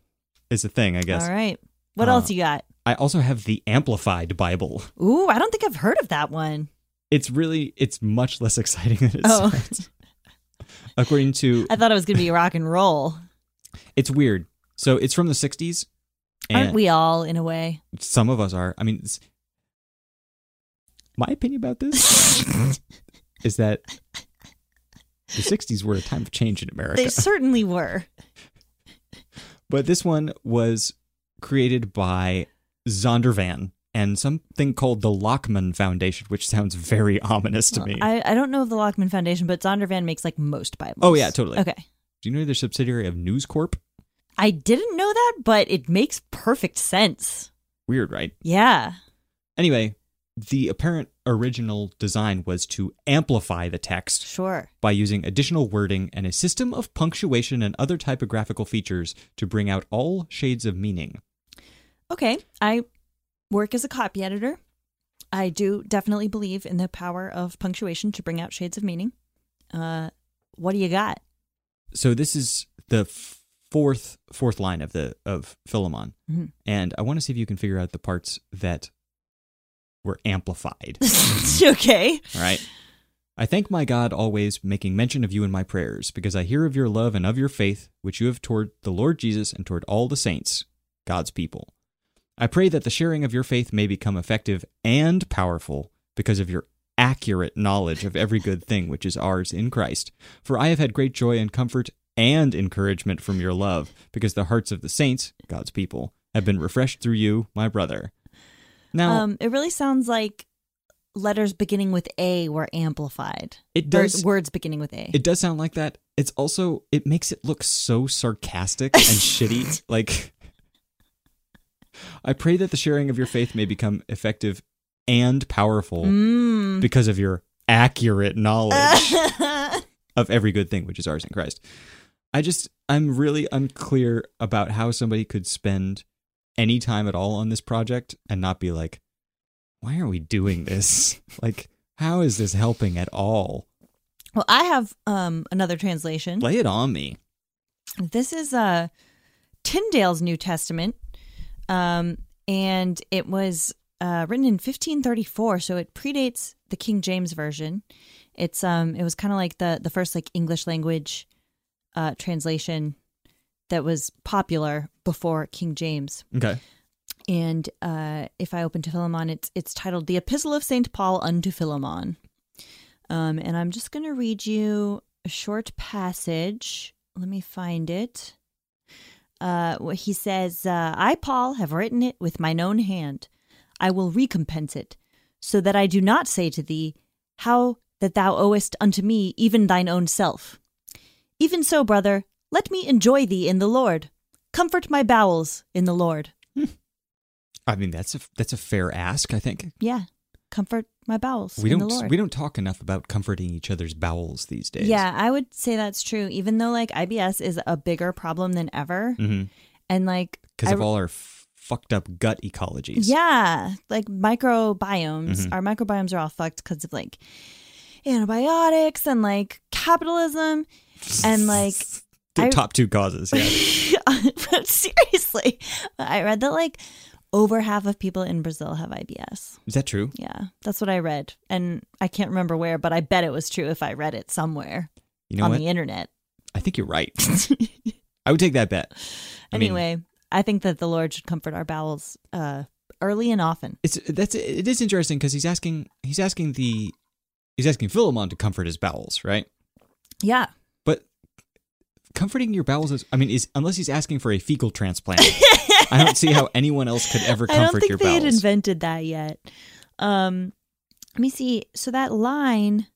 S1: is a thing, I guess.
S2: All right. What
S1: Uh,
S2: else you got?
S1: I also have the Amplified Bible.
S2: Ooh, I don't think I've heard of that one.
S1: It's really, it's much less exciting than it
S2: Oh.
S1: sounds. According to
S2: I thought it was going to be rock and roll.
S1: It's weird. So it's from the 60s. Eh.
S2: Aren't we all in a way?
S1: Some of us are. I mean, it's, my opinion about this is that the 60s were a time of change in America.
S2: They certainly were.
S1: But this one was created by Zondervan and something called the Lockman Foundation, which sounds very ominous to me.
S2: I, I don't know of the Lockman Foundation, but Zondervan makes like most Bibles.
S1: Oh, yeah, totally.
S2: Okay.
S1: Do you know they're a subsidiary of News Corp?
S2: I didn't know that, but it makes perfect sense.
S1: Weird, right?
S2: Yeah.
S1: Anyway, the apparent original design was to amplify the text
S2: Sure.
S1: by using additional wording and a system of punctuation and other typographical features to bring out all shades of meaning.
S2: Okay. I work as a copy editor. I do definitely believe in the power of punctuation to bring out shades of meaning. Uh, what do you got?
S1: So this is the f- fourth fourth line of the of Philemon,
S2: Mhm.
S1: and I want to see if you can figure out the parts that were amplified.
S2: okay.
S1: All right. I thank my God always, making mention of you in my prayers, because I hear of your love and of your faith, which you have toward the Lord Jesus and toward all the saints, God's people. I pray that the sharing of your faith may become effective and powerful because of your accurate knowledge of every good thing which is ours in Christ. For I have had great joy and comfort and encouragement from your love, because the hearts of the saints, God's people, have been refreshed through you, my brother. Now,
S2: Um, it really sounds like letters beginning with A were amplified.
S1: it
S2: Or
S1: does
S2: words beginning with A.
S1: It does sound like that. It's also it makes it look so sarcastic and shitty. Like I pray that the sharing of your faith may become effective and powerful
S2: Mm.
S1: because of your accurate knowledge of every good thing which is ours in Christ. I just I'm really unclear about how somebody could spend any time at all on this project and not be like why are we doing this? like how is this helping at all?
S2: well, I have um, another translation.
S1: Lay it on me.
S2: This is uh, Tyndale's New Testament, um, and it was uh, written in 1534, so it predates the King James version. It's um, it was kind of like the the first like English language uh, translation that was popular before King James.
S1: Okay.
S2: And uh, if I open to Philemon, it's it's titled "The Epistle of Saint Paul unto Philemon," um, and I'm just going to read you a short passage. Let me find it. Uh, wh- he says, uh, "I, Paul, have written it with mine own hand. I will recompense it, so that I do not say to thee, How that thou owest unto me even thine own self." Even so, brother, let me enjoy thee in the Lord. Comfort my bowels in the Lord.
S1: I mean, that's a that's a fair ask. I think
S2: Yeah. Comfort my bowels.
S1: we
S2: in
S1: don't
S2: the Lord.
S1: we don't talk enough about comforting each other's bowels these days.
S2: Yeah, I would say that's true, even though like IBS is a bigger problem than ever.
S1: because
S2: And like I-
S1: Mm. Mm-hmm. of all our f- fucked up gut ecologies.
S2: Yeah. Like microbiomes.
S1: Mhm.
S2: Our microbiomes are all fucked because of like antibiotics and like capitalism and like
S1: the
S2: I-
S1: top two causes. Yeah,
S2: but seriously. I read that like over half of people in Brazil have IBS.
S1: is that true?
S2: Yeah. That's what I read. And I can't remember where, but I bet it was true if I read it somewhere
S1: You know
S2: on
S1: what?
S2: the internet.
S1: I think you're right. I would take that bet. I mean,
S2: anyway, I think that the Lord should comfort our bowels uh, early and often.
S1: it's that's it is interesting because he's asking he's asking the he's asking Philemon to comfort his bowels, right?
S2: Yeah.
S1: But comforting your bowels is, I mean, is unless he's asking for a fecal transplant. I don't see how anyone else could ever
S2: I don't
S1: comfort
S2: think
S1: your
S2: they had
S1: bowels.
S2: invented that yet. Um, let me see. So that line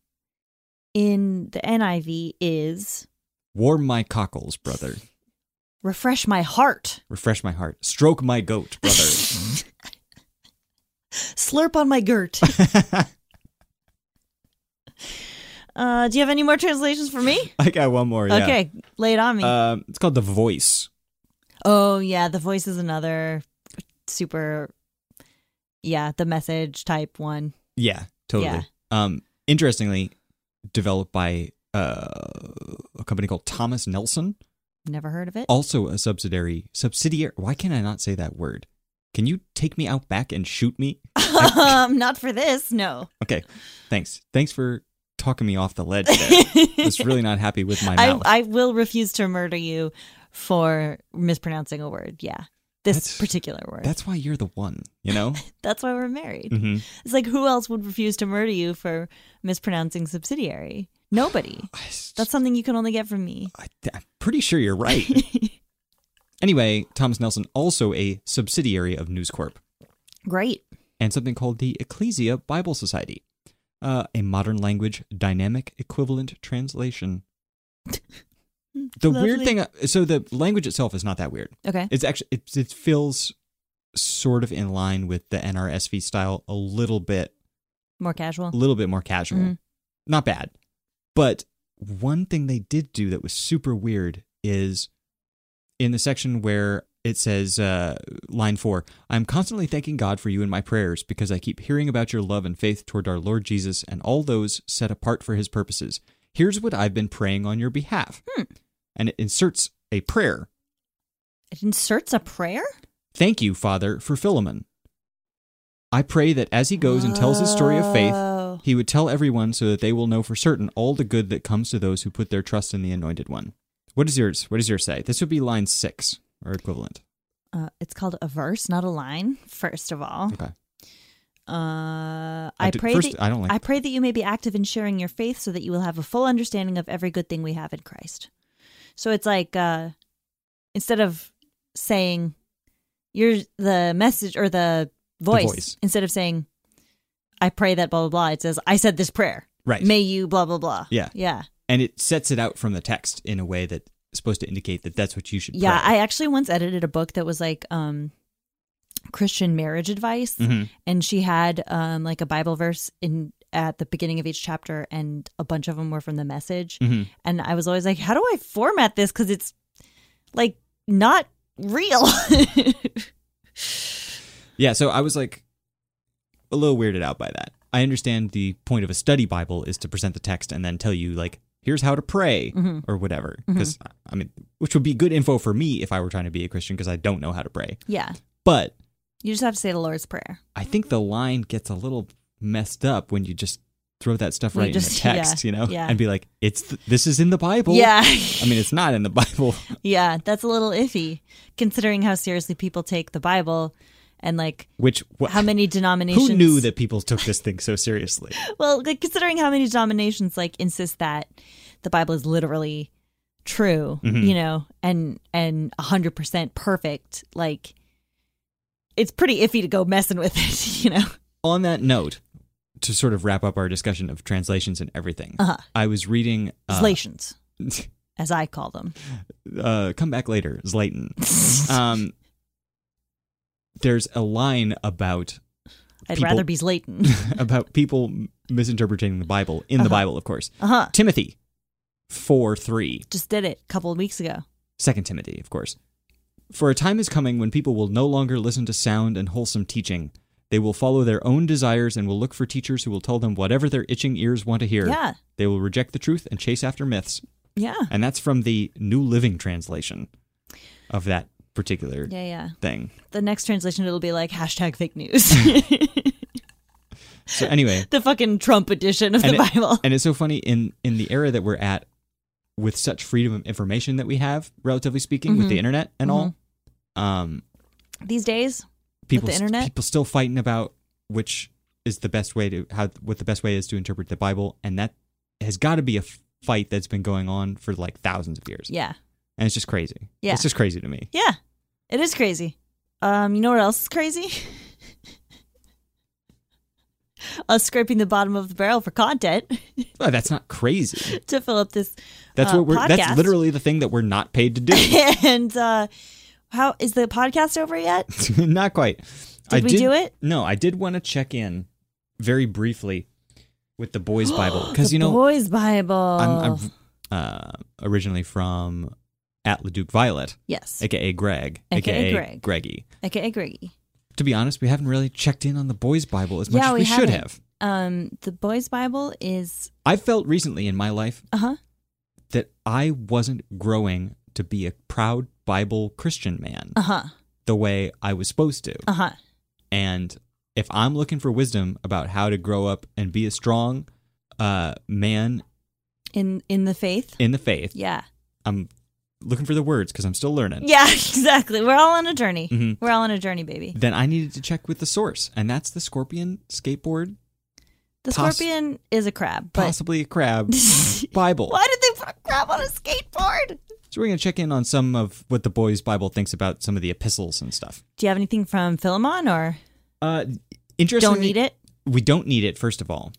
S2: in the NIV is
S1: Warm my cockles, brother.
S2: refresh my heart,
S1: Refresh my heart. Stroke my goat,
S2: slurp on my girt.
S1: brother.
S2: Uh, do you have any more translations for me?
S1: I got one more. Yeah.
S2: Okay, lay it on me.
S1: Um, it's called The Voice.
S2: oh, yeah. The voice is another super, yeah, the message type one.
S1: Yeah, totally.
S2: Yeah.
S1: Um, interestingly, developed by uh, a company called Thomas Nelson,
S2: Never heard of it.
S1: also a subsidiary subsidiary. Why can I not say that word? Can you take me out back and shoot me?
S2: um, not for this, no.
S1: Okay, thanks. Thanks for talking me off the ledge. There. I was really not happy with my
S2: I,
S1: mouth.
S2: I will refuse to murder you for mispronouncing a word. Yeah. This
S1: That's-
S2: particular word. That's,
S1: That's why you're the one. You know.
S2: why we're married.
S1: hmm
S2: It's like, who else would refuse to murder you for mispronouncing subsidiary? Nobody. That's something you can only get from me.
S1: I, am pretty sure you're right. anyway, Thomas Nelson, also a subsidiary of News Corp,
S2: Great.
S1: and something called the Ecclesia Bible Society, uh, a modern language dynamic equivalent translation. The weird
S2: Lovely.
S1: thing, uh, so the language itself is not that weird.
S2: Okay.
S1: It's actually it, it feels sort of in line with the NRSV style a little bit,
S2: More
S1: a
S2: casual.
S1: little bit more casual.
S2: Mhm.
S1: Not bad, but one thing they did do that was super weird is in the section where it says uh, line four i'm constantly thanking god for you in my prayers because i keep hearing about your love and faith toward our lord jesus and all those set apart for his purposes here's what i've been praying on your behalf
S2: Hmm.
S1: and it inserts a prayer
S2: It inserts a prayer?
S1: thank you father for philemon i pray that as he goes and tells his story of faith
S2: Oh.
S1: he would tell everyone so that they will know for certain all the good that comes to those who put their trust in the anointed one what is yours what does yours say this would be line six or equivalent
S2: Uh, it's called a verse, not a line, first of all.
S1: okay
S2: Uh, Oh, I,
S1: I did-
S2: pray
S1: first,
S2: that,
S1: I don't like-
S2: I pray that you may be active in sharing your faith so that you will have a full understanding of every good thing we have in Christ. So it's like uh, instead of saying you're the message or the voice,
S1: voice.
S2: instead of saying I pray that blah blah blah, it says I said this prayer.
S1: right
S2: May you blah blah blah.
S1: Yeah.
S2: Yeah.
S1: and it sets it out from the text in a way that's supposed to indicate that that's what you should
S2: Yeah,
S1: pray.
S2: I actually once edited a book that was like um Christian marriage advice
S1: Mhm.
S2: and she had um like a Bible verse in at the beginning of each chapter and a bunch of them were from the message
S1: Mhm.
S2: and I was always like how do I format this cuz it's like not real.
S1: yeah so i was like a little weirded out by that i understand the point of a study bible is to present the text and then tell you like here's how to pray
S2: Mhm.
S1: or whatever because i mean which would be good info for me if i were trying to be a christian because i don't know how to pray
S2: yeah.
S1: but
S2: You just have to say the Lord's prayer.
S1: i think the line gets a little messed up when you just throw that stuff
S2: You
S1: right
S2: just-
S1: in the text
S2: yeah,
S1: you know
S2: yeah.
S1: and be like it's th- this is in the bible
S2: Yeah.
S1: i mean it's not in the bible
S2: yeah, that's a little iffy considering how seriously people take the Bible and like
S1: which wha-
S2: how many denominations
S1: Who knew that people took this thing so seriously?
S2: Well, like considering how many denominations like insist that the Bible is literally true,
S1: Mm-hmm.
S2: you know, and and hundred percent perfect, like it's pretty iffy to go messing with it, you know.
S1: On that note, to sort of wrap up our discussion of translations and everything,
S2: Uh-huh.
S1: I was reading uh,
S2: Translations, as I call them.
S1: uh, "Come Back Later," Zlayton. Um, there's a line about
S2: I'd
S1: people-
S2: rather be Slayton.
S1: about people m- misinterpreting the Bible in the Bible, of course.
S2: Uh huh.
S1: Timothy four three.
S2: Just did it a couple of weeks ago.
S1: Second Timothy, of course. For a time is coming when people will no longer listen to sound and wholesome teaching. They will follow their own desires and will look for teachers who will tell them whatever their itching ears want to hear.
S2: Yeah.
S1: They will reject the truth and chase after myths.
S2: Yeah.
S1: And that's from the New Living Translation of that particular
S2: Yeah. Yeah.
S1: thing.
S2: The next translation it'll be like hashtag fake news.
S1: So anyway,
S2: the fucking Trump edition of
S1: and
S2: the
S1: it-
S2: Bible.
S1: and it's so funny in in the era that we're at with such freedom of information that we have, relatively speaking,
S2: Mm-hmm.
S1: with the internet and all. Um
S2: These days,
S1: people
S2: the
S1: s-
S2: internet?
S1: people still fighting about which is the best way to how what the best way is to interpret the Bible, and that has got to be a f- fight that's been going on for like thousands of years,
S2: yeah.
S1: and it's just crazy.
S2: Yeah.
S1: it's just crazy to me.
S2: Yeah, it is crazy. Um, you know what else is crazy? Us scraping the bottom of the barrel for content
S1: Well, that's not crazy.
S2: to fill up this,
S1: That's
S2: Uh,
S1: what we're.
S2: podcast.
S1: That's literally the thing that we're not paid to do.
S2: and uh, how is the podcast over yet?
S1: not quite. I
S2: Did we do it?
S1: No, I did want to check in very briefly with the boys' Bible because
S2: The
S1: you know
S2: boys' Bible.
S1: I'm, I'm uh, originally from at Leduc Violet,
S2: yes,
S1: aka Greg,
S2: AKA
S1: aka
S2: Greg.
S1: Greggy.
S2: okay, Greggy.
S1: to be honest, we haven't really checked in on the boys' Bible as much
S2: Yeah,
S1: as we,
S2: we
S1: should
S2: haven't.
S1: have.
S2: Um, the boys' Bible is
S1: I felt recently in my life
S2: uh huh.
S1: that I wasn't growing to be a proud Bible Christian man
S2: Uh huh.
S1: the way I was supposed to.
S2: Uh huh.
S1: And if I'm looking for wisdom about how to grow up and be a strong uh, man
S2: In in the faith.
S1: in the faith,
S2: Yeah.
S1: I'm looking for the words because I'm still learning.
S2: Yeah. Exactly. We're all on a journey.
S1: Mhm.
S2: We're all on a journey, baby.
S1: Then I needed to check with the source, and that's the scorpion skateboard,
S2: The
S1: Poss-
S2: scorpion is a crab, but
S1: possibly a crab Bible.
S2: Why did they put a crab on a skateboard?
S1: So we're going to check in on some of what the boys' Bible thinks about some of the epistles and stuff.
S2: Do you have anything from Philemon or
S1: Uh, interestingly,
S2: don't need it?
S1: We don't need it first of all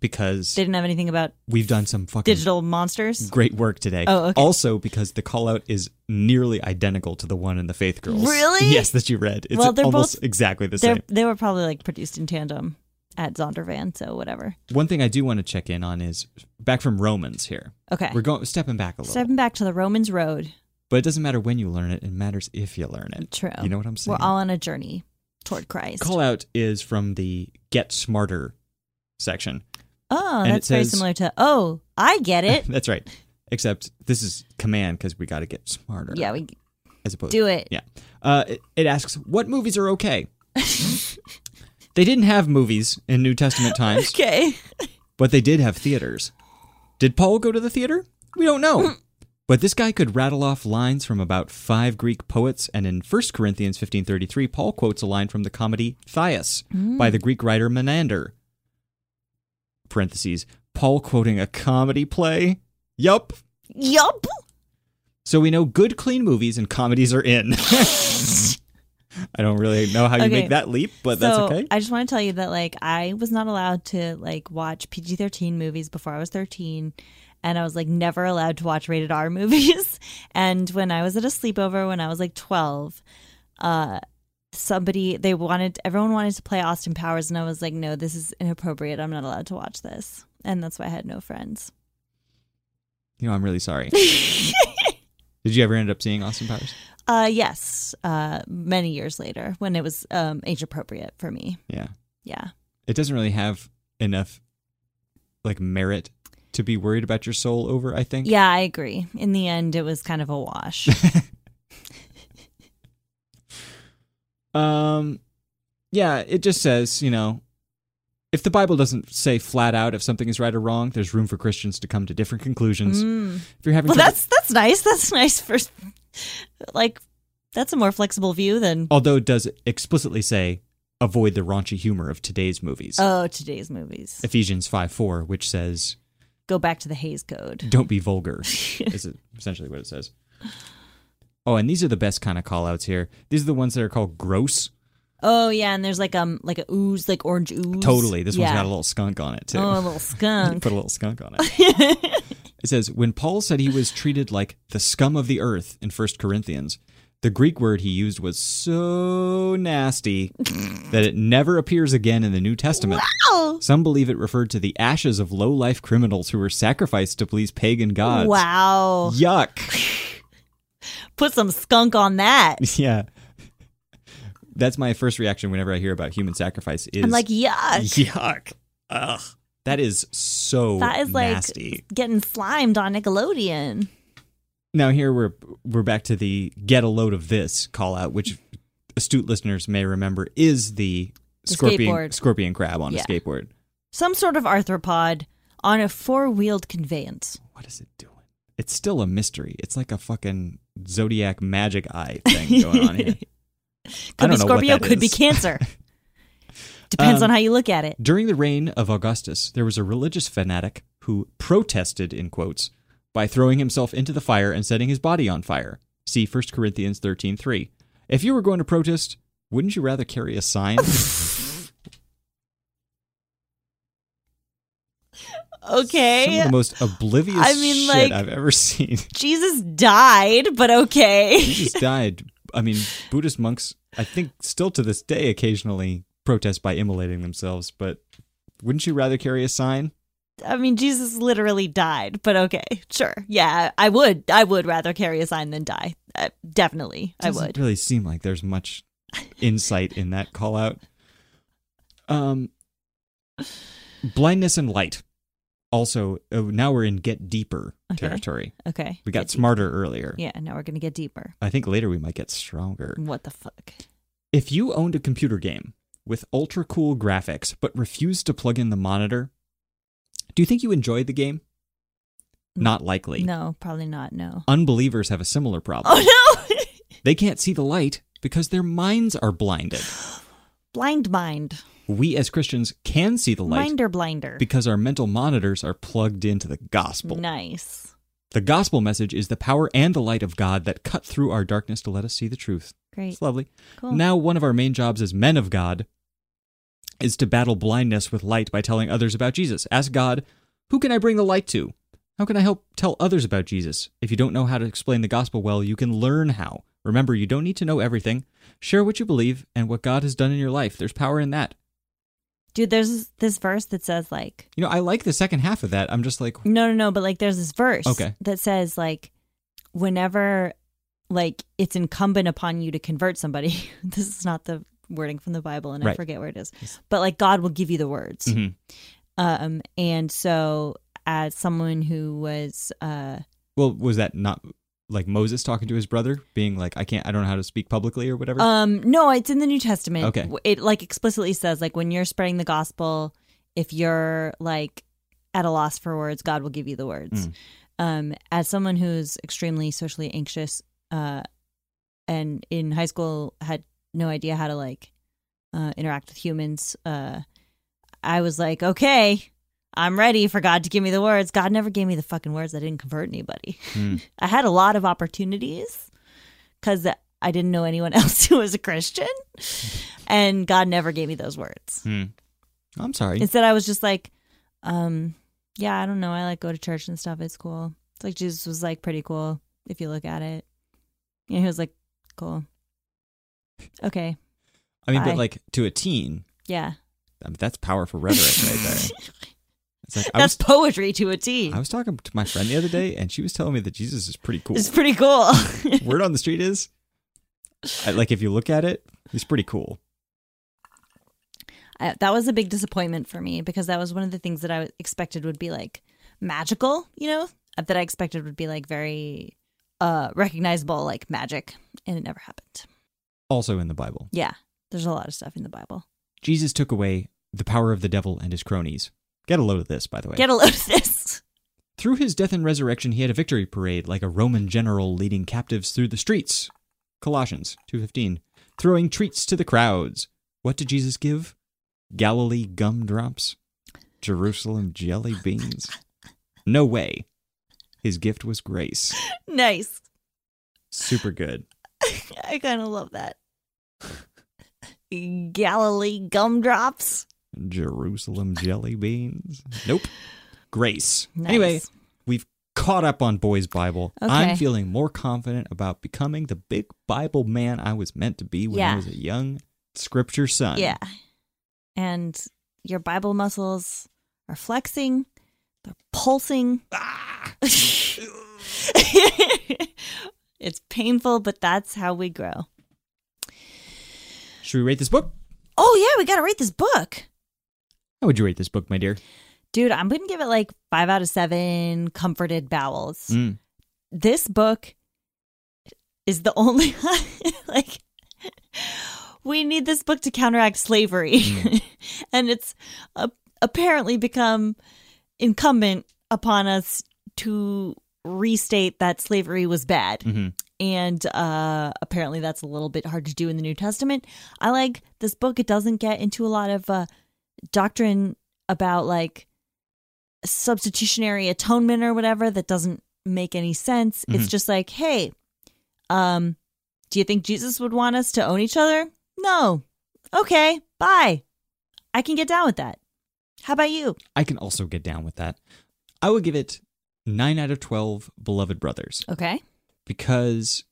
S1: because
S2: They didn't have anything about
S1: we've done some fucking
S2: digital monsters.
S1: great work today.
S2: Oh, okay.
S1: Also because the call out is nearly identical to the one in the Faith Girls.
S2: Really?
S1: Yes, that you read. It's
S2: Well, they're
S1: almost
S2: both-
S1: exactly the
S2: They
S1: same.
S2: they were probably like produced in tandem at Zondervan, so whatever.
S1: One thing I do want to check in on is back from Romans here.
S2: Okay,
S1: We're going stepping back a little.
S2: stepping back to the Romans road.
S1: But it doesn't matter when you learn it, it matters if you learn it.
S2: True.
S1: You know what I'm saying?
S2: We're all on a journey toward Christ.
S1: Call out is from the Get Smarter section.
S2: oh,
S1: and it
S2: that's very
S1: says-
S2: similar to, oh, I get it.
S1: That's right. Except this is command because we got to get smarter.
S2: yeah, we
S1: As opposed
S2: do it.
S1: Yeah. Uh, it, it asks, what movies are okay? they didn't have movies in New Testament times,
S2: Okay.
S1: but they did have theaters. Did Paul go to the theater? We don't
S2: Mm.
S1: know. but this guy could rattle off lines from about five Greek poets, and in 1 Corinthians 15.33, Paul quotes a line from the comedy Thais by
S2: Mm.
S1: the Greek writer Menander. Parentheses, Paul quoting a comedy play? Yup.
S2: Yup.
S1: So we know good, clean movies and comedies are in. I don't really know how you
S2: Okay.
S1: make that leap, but that's
S2: so
S1: okay.
S2: I just want to tell you that like I was not allowed to like watch PG thirteen movies before I was thirteen, and I was like never allowed to watch rated R movies. and when I was at a sleepover when I was like twelve, uh, somebody they wanted everyone wanted to play Austin Powers, and I was like, no, this is inappropriate. I'm not allowed to watch this, and that's why I had no friends.
S1: You know, I'm really sorry. Did you ever end up seeing Austin Powers?
S2: Uh, yes, uh, many years later when it was um, age appropriate for me.
S1: Yeah.
S2: Yeah.
S1: It doesn't really have enough like merit to be worried about your soul over, I think.
S2: Yeah, I agree. In the end, it was kind of a wash.
S1: Um yeah, it just says, you know, if the Bible doesn't say flat out if something is right or wrong, there's room for Christians to come to different conclusions.
S2: Mm.
S1: If you're having
S2: Well,
S1: trouble-
S2: that's that's nice. That's nice for like that's a more flexible view than
S1: although it does explicitly say avoid the raunchy humor of today's movies.
S2: oh today's movies.
S1: Ephesians 5 4, which says,
S2: Go back to the Hayes Code.
S1: don't be vulgar, is essentially what it says. Oh, and these are the best kind of call outs here. These are the ones that are called gross.
S2: Oh yeah, and there's like um like a ooze like orange ooze.
S1: Totally. This one's
S2: Yeah.
S1: got a little skunk on it, too.
S2: oh a little skunk.
S1: Put a little skunk on it. it says, when Paul said he was treated like the scum of the earth in 1 Corinthians, the Greek word he used was so nasty that it never appears again in the New Testament.
S2: oh
S1: Some believe it referred to the ashes of low life criminals who were sacrificed to please pagan gods.
S2: Oh, wow!
S1: Yuck.
S2: Put some skunk on that.
S1: yeah. That's my first reaction whenever I hear about human sacrifice is
S2: I'm like yuck.
S1: yuck. Ugh. That is so
S2: That is like
S1: nasty.
S2: getting slimed on Nickelodeon.
S1: Now here we're we're back to the get a load of this call out, which astute listeners may remember is the,
S2: The
S1: scorpion
S2: skateboard.
S1: scorpion crab on
S2: Yeah.
S1: a skateboard.
S2: Some sort of arthropod on a four wheeled conveyance.
S1: What is it doing? It's still a mystery. It's like a fucking zodiac magic eye thing going on here. I
S2: Could be
S1: don't know what
S2: Scorpio,
S1: that
S2: could be
S1: is. Um,
S2: Cancer. Depends on how you look at it.
S1: During the reign of Augustus, there was a religious fanatic who protested, in quotes, by throwing himself into the fire and setting his body on fire. See 1 Corinthians 13.3. If you were going to protest, wouldn't you rather carry a sign? Some of
S2: Okay.
S1: the most oblivious
S2: I mean,
S1: shit
S2: like-
S1: I've ever seen.
S2: Jesus died, but okay.
S1: Jesus died. I mean, Buddhist monks, I think, still to this day, occasionally protest by immolating themselves, but wouldn't you rather carry a sign?
S2: I mean, Jesus literally died, but okay. Sure. Yeah, I would. I would rather carry a sign than die. Uh, definitely. I
S1: doesn't
S2: would.
S1: really seem like there's much insight in that call out. Um, blindness and light. Also, uh, now we're in get deeper
S2: Okay.
S1: territory.
S2: Okay.
S1: We got
S2: Uh-huh. Get
S1: smarter earlier.
S2: deep. Yeah, Mm. now we're going to get deeper.
S1: I think later we might get stronger.
S2: What the fuck?
S1: If you owned a computer game with ultra cool graphics but refused to plug in the monitor, do you think you enjoyed the game? Not likely.
S2: Mm. No, probably not. No.
S1: Unbelievers have a similar problem.
S2: Oh, no.
S1: They can't see the light because their minds are blinded.
S2: Blind mind.
S1: We as Christians can see the light
S2: Minder blinder.
S1: because our mental monitors are plugged into the gospel.
S2: Nice.
S1: The gospel message is the power and the light of God that cut through our darkness to let us see the truth.
S2: Great.
S1: It's lovely.
S2: Cool.
S1: Now, one of our main jobs as men of God is to battle blindness with light by telling others about Jesus. Ask God, who can I bring the light to? How can I help tell others about Jesus? If you don't know how to explain the gospel well, you can learn how. Remember, you don't need to know everything. Share what you believe and what God has done in your life. There's power in that.
S2: Dude, there's this verse that says, like,
S1: You know, I like the second half of that. I'm just like,
S2: No, no, no. But like, there's this verse
S1: Okay.
S2: that says like, whenever like it's incumbent upon you to convert somebody. this is not the wording from the Bible, and I
S1: Right.
S2: forget where it is. But like God will give you the words.
S1: Mhm.
S2: Um, and so as someone who was uh,
S1: Well, was that not like Moses talking to his brother, being like, "I can't, I don't know how to speak publicly" or whatever?
S2: Um, no, it's in the New Testament.
S1: Okay.
S2: it like explicitly says like when you're spreading the gospel, if you're like at a loss for words, God will give you the words.
S1: Mm.
S2: Um, as someone who's extremely socially anxious, uh, and in high school had no idea how to like uh, interact with humans, uh, I was like, okay. I'm ready for God to give me the words. God never gave me the fucking words. I didn't convert anybody.
S1: Hmm.
S2: I had a lot of opportunities because I didn't know anyone else who was a Christian, and God never gave me those words.
S1: Hmm. I'm sorry.
S2: Instead, I was just like, um, "Yeah, I don't know. I like go to church and stuff. It's cool. It's like Jesus was like pretty cool if you look at it." And he was like, "Cool, okay,
S1: I mean,
S2: bye.
S1: but like to a teen,
S2: yeah."
S1: I mean, that's powerful rhetoric right there. It's like I
S2: That's
S1: was,
S2: poetry to a T.
S1: I was talking to my friend the other day, and she was telling me that Jesus is pretty cool.
S2: It's pretty cool.
S1: Word on the street is, I, like, if you look at it, he's pretty cool.
S2: I, that was a big disappointment for me because that was one of the things that I expected would be like magical, you know, that I expected would be like very uh recognizable like magic and it never happened.
S1: Also in the Bible,
S2: Yeah. There's a lot of stuff in the Bible.
S1: Jesus took away the power of the devil and his cronies. Get a load of this, by the way.
S2: Get a load of this.
S1: Through his death and resurrection, he had a victory parade like a Roman general leading captives through the streets. Colossians 2:15, throwing treats to the crowds. What did Jesus give? Galilee gumdrops, Jerusalem jelly beans. No way. His gift was grace.
S2: Nice.
S1: Super good.
S2: I kind of love that. Galilee gumdrops.
S1: Jerusalem jelly beans. Nope. Grace.
S2: Nice.
S1: Anyway, we've caught up on Boy's Bible.
S2: Okay.
S1: I'm feeling more confident about becoming the big Bible man I was meant to be when
S2: Yeah.
S1: I was a young scripture son.
S2: Yeah. And your Bible muscles are flexing, they're pulsing.
S1: Ah!
S2: it's painful, but that's how we grow.
S1: Should we rate this book?
S2: Oh, yeah, we got to rate this book.
S1: How would you rate this book, my dear?
S2: Dude, I'm going to give it like five out of seven comforted bowels.
S1: Mm.
S2: This book is the only, like, we need this book to counteract slavery. and it's uh, apparently become incumbent upon us to restate that slavery was bad.
S1: hmm
S2: and uh, apparently that's a little bit hard to do in the New Testament. I like this book. It doesn't get into a lot of uh, doctrine about like substitutionary atonement or whatever that doesn't make any sense. It's just like, hey, um, do you think Jesus would want us to own each other? No. Okay, bye. I can get down with that. How about you?
S1: I can also get down with that. I would give it nine out of 12 beloved brothers.
S2: Okay.
S1: because,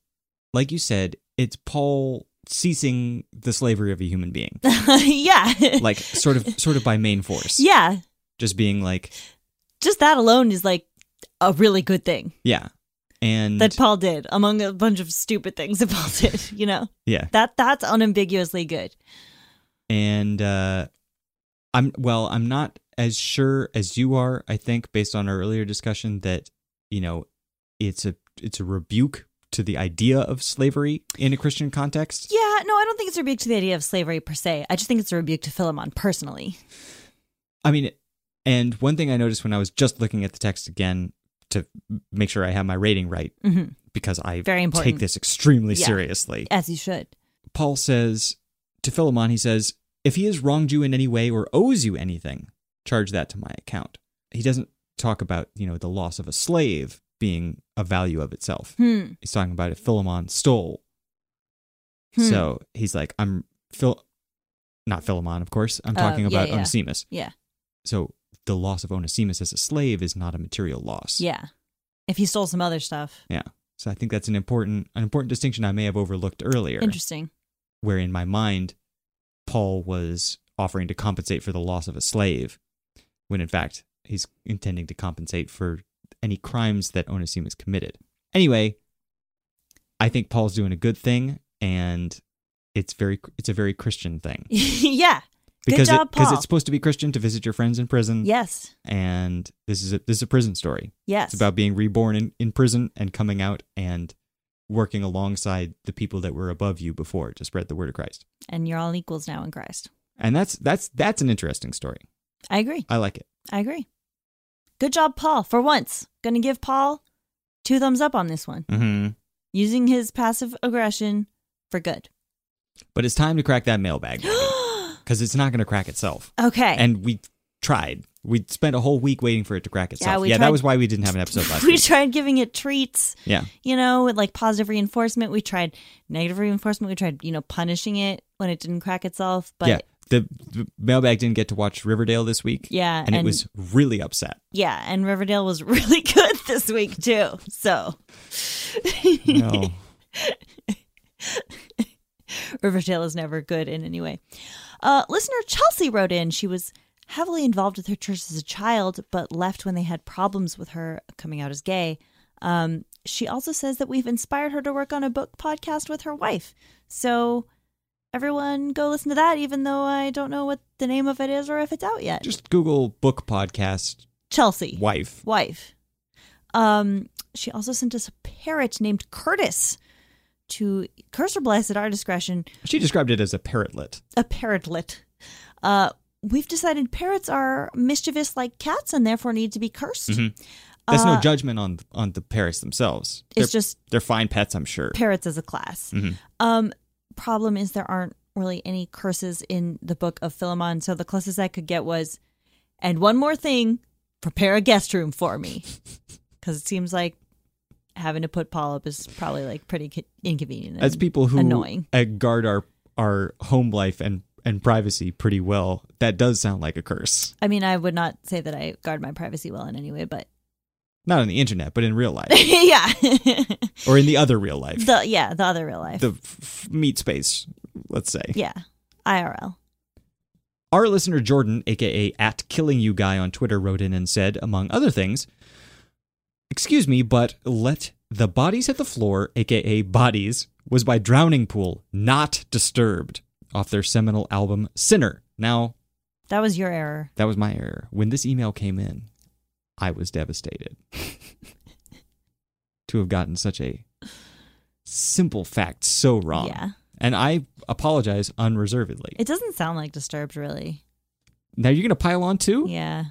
S1: like you said, it's Paul ceasing the slavery of a human being,
S2: yeah.
S1: like sort of, sort of by main force.
S2: yeah.
S1: Just being like,
S2: Just that alone is like a really good thing.
S1: yeah, and
S2: that Paul did, among a bunch of stupid things that Paul did. You know
S1: yeah,
S2: that that's unambiguously good.
S1: and uh, I'm well, I'm not as sure as you are. I think based on our earlier discussion that you know, it's a it's a rebuke to the idea of slavery in a Christian context.
S2: Yeah, no, I don't think it's a rebuke to the idea of slavery per se. I just think it's a rebuke to Philemon personally.
S1: I mean, and one thing I noticed when I was just looking at the text again to make sure I have my rating right
S2: hmm
S1: because I
S2: Very important,
S1: take this extremely
S2: Yeah.
S1: seriously.
S2: as you should.
S1: Paul says to Philemon, he says, If he has wronged you in any way or owes you anything, charge that to my account. He doesn't talk about, you know, the loss of a slave being a value of itself.
S2: Hmm.
S1: He's talking about if Philemon stole.
S2: Hmm.
S1: So he's like, I'm Phil, not Philemon, of course. I'm
S2: Uh,
S1: talking
S2: yeah,
S1: about
S2: yeah.
S1: Onesimus.
S2: Yeah.
S1: So the loss of Onesimus as a slave is not a material loss.
S2: Yeah, if he stole some other stuff,
S1: So I think that's an important an important distinction I may have overlooked earlier.
S2: interesting.
S1: where in my mind, Paul was offering to compensate for the loss of a slave, when in fact he's intending to compensate for any crimes that Onesimus committed. Anyway, I think Paul's doing a good thing, and it's very it's a very Christian thing
S2: yeah. Good
S1: because
S2: job,
S1: it, 'cause
S2: Paul.
S1: it's supposed to be Christian to visit your friends in prison.
S2: Yes.
S1: and this is a, this is a prison story. It's
S2: Yes.
S1: about being reborn in, in prison and coming out and working alongside the people that were above you before to spread the word of Christ.
S2: and you're all equals now in Christ.
S1: And that's that's that's an interesting story.
S2: I agree.
S1: I like it.
S2: I agree. Good job, Paul. For once, going to give Paul two thumbs up on this one.
S1: Mm-hmm.
S2: Using his passive aggression for good.
S1: But it's time to crack that mailbag because it's not going to crack itself.
S2: okay.
S1: And we tried. We spent a whole week waiting for it to crack itself.
S2: we
S1: Yeah,
S2: tried-
S1: that was why we didn't have an episode last
S2: we
S1: week.
S2: tried giving it treats,
S1: Yeah,
S2: you know, with like positive reinforcement. We tried negative reinforcement. We tried, you know, punishing it when it didn't crack itself. But
S1: yeah. The, the mailbag didn't get to watch Riverdale this week.
S2: Yeah,
S1: and, it
S2: and-
S1: was really upset.
S2: yeah, and Riverdale was really good this week too. So
S1: No,
S2: Riverdale is never good in any way. Uh, listener Chelsea wrote in. She was heavily involved with her church as a child, but left when they had problems with her coming out as gay. Um, she also says that we've inspired her to work on a book podcast with her wife. So everyone go listen to that, even though I don't know what the name of it is or if it's out yet.
S1: just Google book podcast
S2: Chelsea.
S1: wife.
S2: wife. Um, she also sent us a parrot named Curtis to curse or bless at our discretion.
S1: She described it as a parrotlet.
S2: A parrotlet. Uh, we've decided parrots are mischievous like cats and therefore need to be cursed.
S1: Mhm. That's
S2: Uh,
S1: no judgment on on the parrots themselves. They're,
S2: It's just
S1: they're fine pets, I'm sure.
S2: parrots as a class.
S1: Mhm.
S2: Um, problem is there aren't really any curses in the book of Philemon, so the closest I could get was, and one more thing, prepare a guest room for me, because it seems like having to put Paul up is probably like pretty co- inconvenient.
S1: As
S2: and
S1: people who
S2: annoying.
S1: uh, guard our our home life and and privacy pretty well, that does sound like a curse.
S2: I mean, I would not say that I guard my privacy well in any way, but
S1: Not on the internet, but in real life
S2: yeah,
S1: or in the other real life,
S2: the yeah the other real life,
S1: the f- meat space, let's say.
S2: yeah, IRL.
S1: Our listener Jordan, aka at Killing You Guy on Twitter, wrote in and said, among other things, Excuse me, but let the bodies hit the floor, aka Bodies, was by Drowning Pool, not disturbed, off their seminal album Sinner. Now,
S2: That was your error.
S1: that was my error. When this email came in, I was devastated to have gotten such a simple fact so wrong.
S2: Yeah,
S1: And I apologize unreservedly.
S2: it doesn't sound like disturbed, really.
S1: now you're going to pile on too?
S2: Yeah.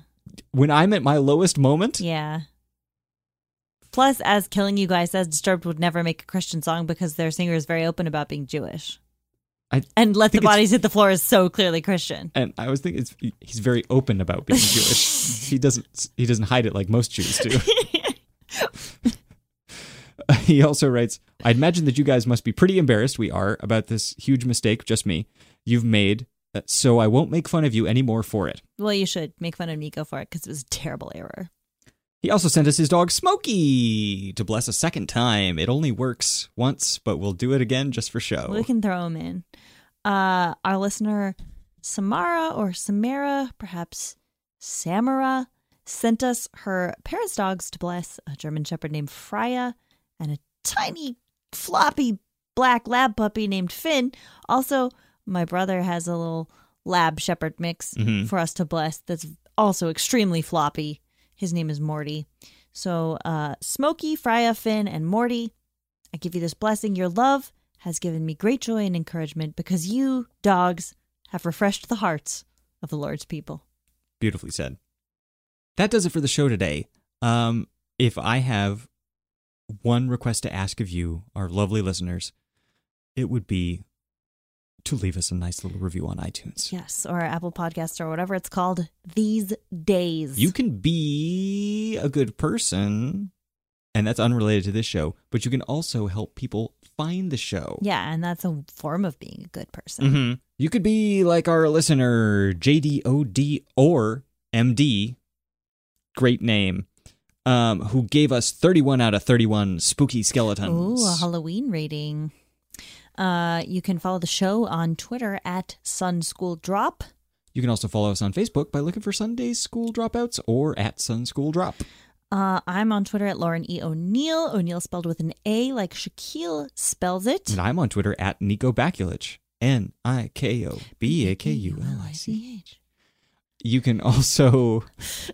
S1: when I'm at my lowest moment,
S2: Yeah. Plus, as Killing You Guys says, Disturbed would never make a Christian song because their singer is very open about being Jewish.
S1: I
S2: And Let the
S1: think it's-
S2: Bodies Hit the Floor is so clearly Christian.
S1: and I was thinking it's, he's very open about being Jewish. he doesn't he doesn't hide it like most Jews do. he also writes, "I imagine that you guys must be pretty embarrassed. We are about this huge mistake, just me, you've made. uh, So I won't make fun of you anymore for it."
S2: Well, you should make fun of Nico for it because it was a terrible error.
S1: He also sent us his dog Smokey to bless a second time. It only works once, but we'll do it again just for show.
S2: We can throw him in. Uh, our listener, Samara or Samara, perhaps Samara, sent us her parents' dogs to bless a German Shepherd named Freya and a tiny, floppy black lab puppy named Finn. Also, my brother has a little lab shepherd mix
S1: Mhm.
S2: for us to bless that's also extremely floppy. His name is Morty. So, uh, Smokey, Freya, Finn, and Morty. I give you this blessing. Your love has given me great joy and encouragement because you, dogs, have refreshed the hearts of the Lord's people.
S1: Beautifully said. That does it for the show today. Um, if I have one request to ask of you, our lovely listeners, it would be to leave us a nice little review on iTunes.
S2: Yes, or Apple Podcasts or whatever it's called these days.
S1: You can be a good person, and that's unrelated to this show, but you can also help people find the show.
S2: yeah, and that's a form of being a good person.
S1: hmm You could be like our listener, JDOD or MD, great name, um, who gave us 31 out of 31 spooky skeletons.
S2: Ooh, a Halloween rating. Uh, you can follow the show on Twitter at Sun School Drop.
S1: You can also follow us on Facebook by looking for Sunday School Dropouts or at Sun School Drop.
S2: Uh, I'm on Twitter at Lauren E. O'Neill. O'Neill spelled with an A, like Shaquille spells it.
S1: And I'm on Twitter at Nico Bakulich. N I K O B A K U L I C.
S2: C
S1: You can also
S2: H.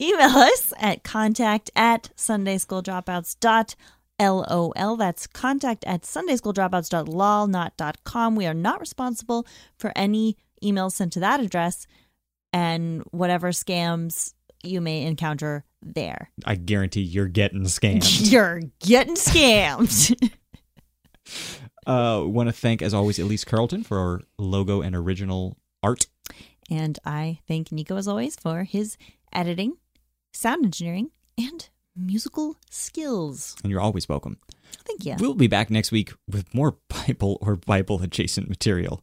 S2: Email us at contact at sundayschooldropouts.lol. That's contact at sundayschooldropouts.lol, not dot .com. We are not responsible for any emails sent to that address and whatever scams you may encounter there.
S1: I guarantee you're getting scammed.
S2: You're getting scammed.
S1: uh want to thank as always Elise Carlton for our logo and original art.
S2: And I thank Nico, as always, for his editing, sound engineering, and musical skills.
S1: And you're always welcome.
S2: Thank you.
S1: We'll be back next week with more Bible or Bible adjacent material.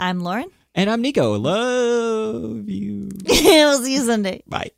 S2: I'm Lauren.
S1: And I'm Nico. Love you.
S2: we'll see you Sunday.
S1: Bye.